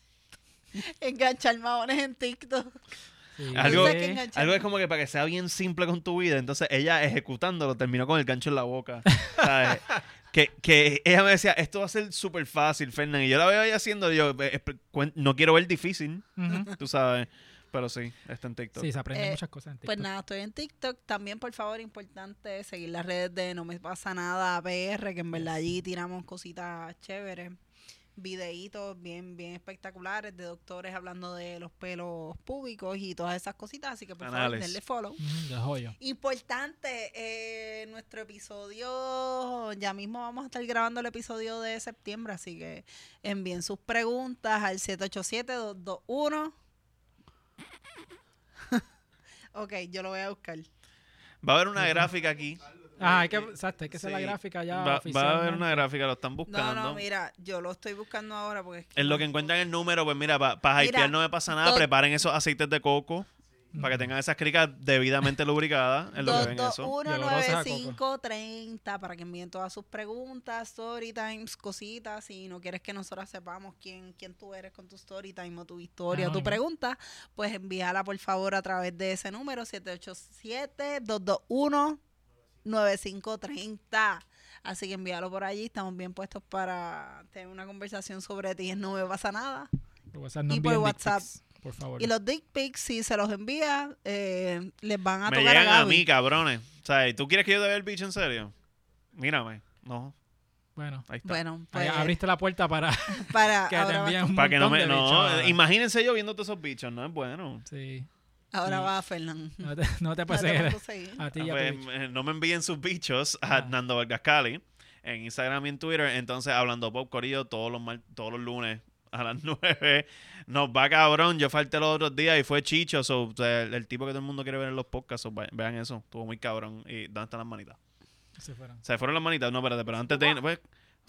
Speaker 3: enganchar maones en TikTok.
Speaker 1: Sí.
Speaker 2: Algo-
Speaker 3: Yo sé que enganchar-
Speaker 2: Algo es como que para que sea bien simple con tu vida. Entonces ella ejecutándolo terminó con el gancho en la boca. ¿sabes? que, que ella me decía, esto va a ser súper fácil, Fernán. Y yo la veo ahí haciendo, y yo "Eh, esp- cuen- no quiero ver difícil,
Speaker 1: Ujú.
Speaker 2: tú sabes. Pero sí, está en TikTok.
Speaker 1: Sí, se aprenden
Speaker 3: Eh,
Speaker 1: muchas cosas en TikTok.
Speaker 3: Pues nada, estoy en TikTok. También, por favor, importante seguir las redes de No Me Pasa Nada PR, que en verdad allí tiramos cositas chéveres. Videitos bien, bien espectaculares de doctores hablando de los pelos públicos y todas esas cositas. Así que, por favor,
Speaker 2: Anales.
Speaker 3: denle follow.
Speaker 1: Ujú, de joyo.
Speaker 3: Importante, eh, nuestro episodio, ya mismo vamos a estar grabando el episodio de septiembre, así que envíen sus preguntas al 787-221. ok, yo lo voy a buscar.
Speaker 2: Va a haber una gráfica aquí.
Speaker 1: Ah, hay que, exacto, hay que hacer la
Speaker 2: Sí.
Speaker 1: gráfica ya
Speaker 2: Va, va a haber
Speaker 1: oficialmente.
Speaker 2: una gráfica, lo están
Speaker 3: No,
Speaker 2: buscando.
Speaker 3: no, mira, yo lo estoy buscando ahora porque... es
Speaker 2: En lo que encuentran el número, pues mira, para pa
Speaker 3: Mira,
Speaker 2: hypear no me pasa nada.
Speaker 3: dos-
Speaker 2: Preparen esos aceites de coco
Speaker 1: Ujú.
Speaker 2: para que tengan esas cricas debidamente lubricadas. En lo que ven eso.
Speaker 3: 2219530 para que envíen todas sus preguntas, story times, cositas. Si no quieres que nosotras sepamos quién, quién tú eres con tu story time o tu historia, tu
Speaker 1: Anónimo.
Speaker 3: pregunta, pues envíala por favor a través de ese número 787-221-9530. Así que envíalo por allí. Estamos bien puestos para tener una conversación sobre ti. en No me pasa nada.
Speaker 1: Por WhatsApp no
Speaker 3: y por
Speaker 1: envíen dick
Speaker 3: WhatsApp.
Speaker 1: pics. Por favor.
Speaker 3: Y los dick pics, si se los envía, eh, les van a
Speaker 2: Me
Speaker 3: tocar a
Speaker 2: llegan a,
Speaker 3: Gaby.
Speaker 2: mí, cabrones. O sea, ¿y ¿tú quieres que yo te vea el bicho en serio? Mírame. No,
Speaker 1: Bueno,
Speaker 2: ahí está.
Speaker 3: Bueno,
Speaker 1: ahí
Speaker 3: pues,
Speaker 1: abriste la puerta para
Speaker 3: para
Speaker 1: que te
Speaker 3: ahora, va,
Speaker 1: envíen un
Speaker 2: Para que no me.
Speaker 1: montón de bichos,
Speaker 2: No, eh,
Speaker 1: ¿verdad?
Speaker 2: imagínense yo viendo todos esos bichos, no es bueno.
Speaker 1: Sí.
Speaker 3: ahora
Speaker 1: Y-
Speaker 3: va Fernán.
Speaker 1: No te, no te
Speaker 3: Ya te
Speaker 1: perseguiré.
Speaker 3: puedo seguir.
Speaker 1: A ti
Speaker 2: Ah,
Speaker 1: ya
Speaker 2: pues,
Speaker 1: te bicho.
Speaker 2: eh, no me envíen sus bichos a
Speaker 1: Ah.
Speaker 2: Nando Vargas Cali en Instagram y en Twitter. Entonces, hablando Pop Corillo todos los, mar- todos los lunes a las 9. Nos va cabrón. Yo falté los otros días y fue Chicho. so, o sea, el, el tipo que todo el mundo quiere ver en los podcasts. so, va- vean eso. Estuvo muy cabrón. ¿Y dónde están las manitas? pues,
Speaker 1: Se fueron.
Speaker 2: Se fueron las manitas. No, espérate, pero antes de. pues,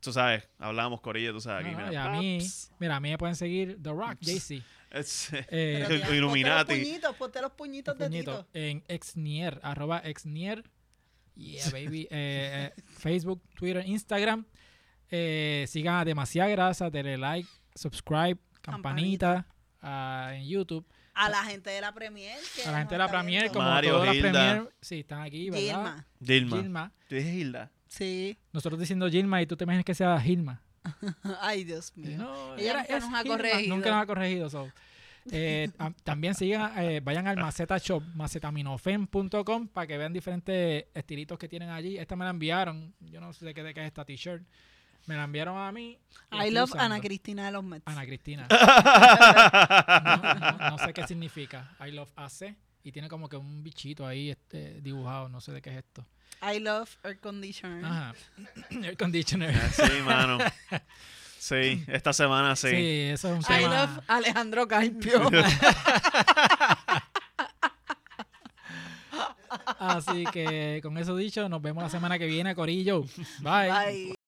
Speaker 2: tú sabes, hablábamos Corillo, tú sabes. Aquí,
Speaker 1: No, no, y
Speaker 2: mira.
Speaker 1: a mí,
Speaker 2: Paps.
Speaker 1: mira, a mí me pueden seguir The Rock,
Speaker 2: Ups.
Speaker 1: Jay-Z.
Speaker 2: Es-
Speaker 1: Eh,
Speaker 3: Pero tía, ponte
Speaker 2: Illuminati.
Speaker 3: los puñitos, ponte los puñitos de
Speaker 1: puñito,
Speaker 3: Tito.
Speaker 1: en exnier, arroba exnier. Yeah, baby. Eh, eh, Facebook, Twitter, Instagram. Eh, sigan a Demasiada Grasa, denle like, subscribe, campanita, ah, en YouTube.
Speaker 3: A la gente de la Premier. que
Speaker 1: A la gente de la
Speaker 3: nos está
Speaker 1: Premier,
Speaker 3: viendo.
Speaker 1: como
Speaker 2: Mario,
Speaker 1: todas
Speaker 2: Gilda.
Speaker 1: las Premier, sí, están aquí, ¿verdad?
Speaker 3: Gilma.
Speaker 2: Dilma.
Speaker 1: Gilma.
Speaker 2: Tú dices Gilda.
Speaker 3: Sí.
Speaker 1: Nosotros diciendo Gilma y tú te imaginas que sea Gilma.
Speaker 3: Ay, Dios mío.
Speaker 1: No,
Speaker 3: Ella nunca
Speaker 1: es
Speaker 3: nos ha
Speaker 1: Gilma,
Speaker 3: corregido.
Speaker 1: Nunca nos ha corregido. so. Eh, a- también sigan, eh, vayan al Maceta Shop, macetaminofen.com, para que vean diferentes estilitos que tienen allí. Esta me la enviaron. Yo no sé de qué, de qué es esta t-shirt. Me la enviaron a mí. y la
Speaker 3: I
Speaker 1: estoy
Speaker 3: love
Speaker 1: usando.
Speaker 3: Ana Cristina de los Mets.
Speaker 1: Ana Cristina. No, no- no sé qué significa. I love AC. Y tiene como que un bichito ahí este, dibujado. No sé de qué es esto.
Speaker 3: I love air conditioner.
Speaker 1: Ajá. Air conditioner.
Speaker 2: Ah, Sí, mano. Sí, esta semana
Speaker 1: Sí, Ah.
Speaker 2: sí.
Speaker 1: eso es un
Speaker 3: I
Speaker 1: tema.
Speaker 3: love Alejandro Carpio.
Speaker 1: Así que con eso dicho, nos vemos la semana que viene, Corillo. Bye.
Speaker 3: Ay.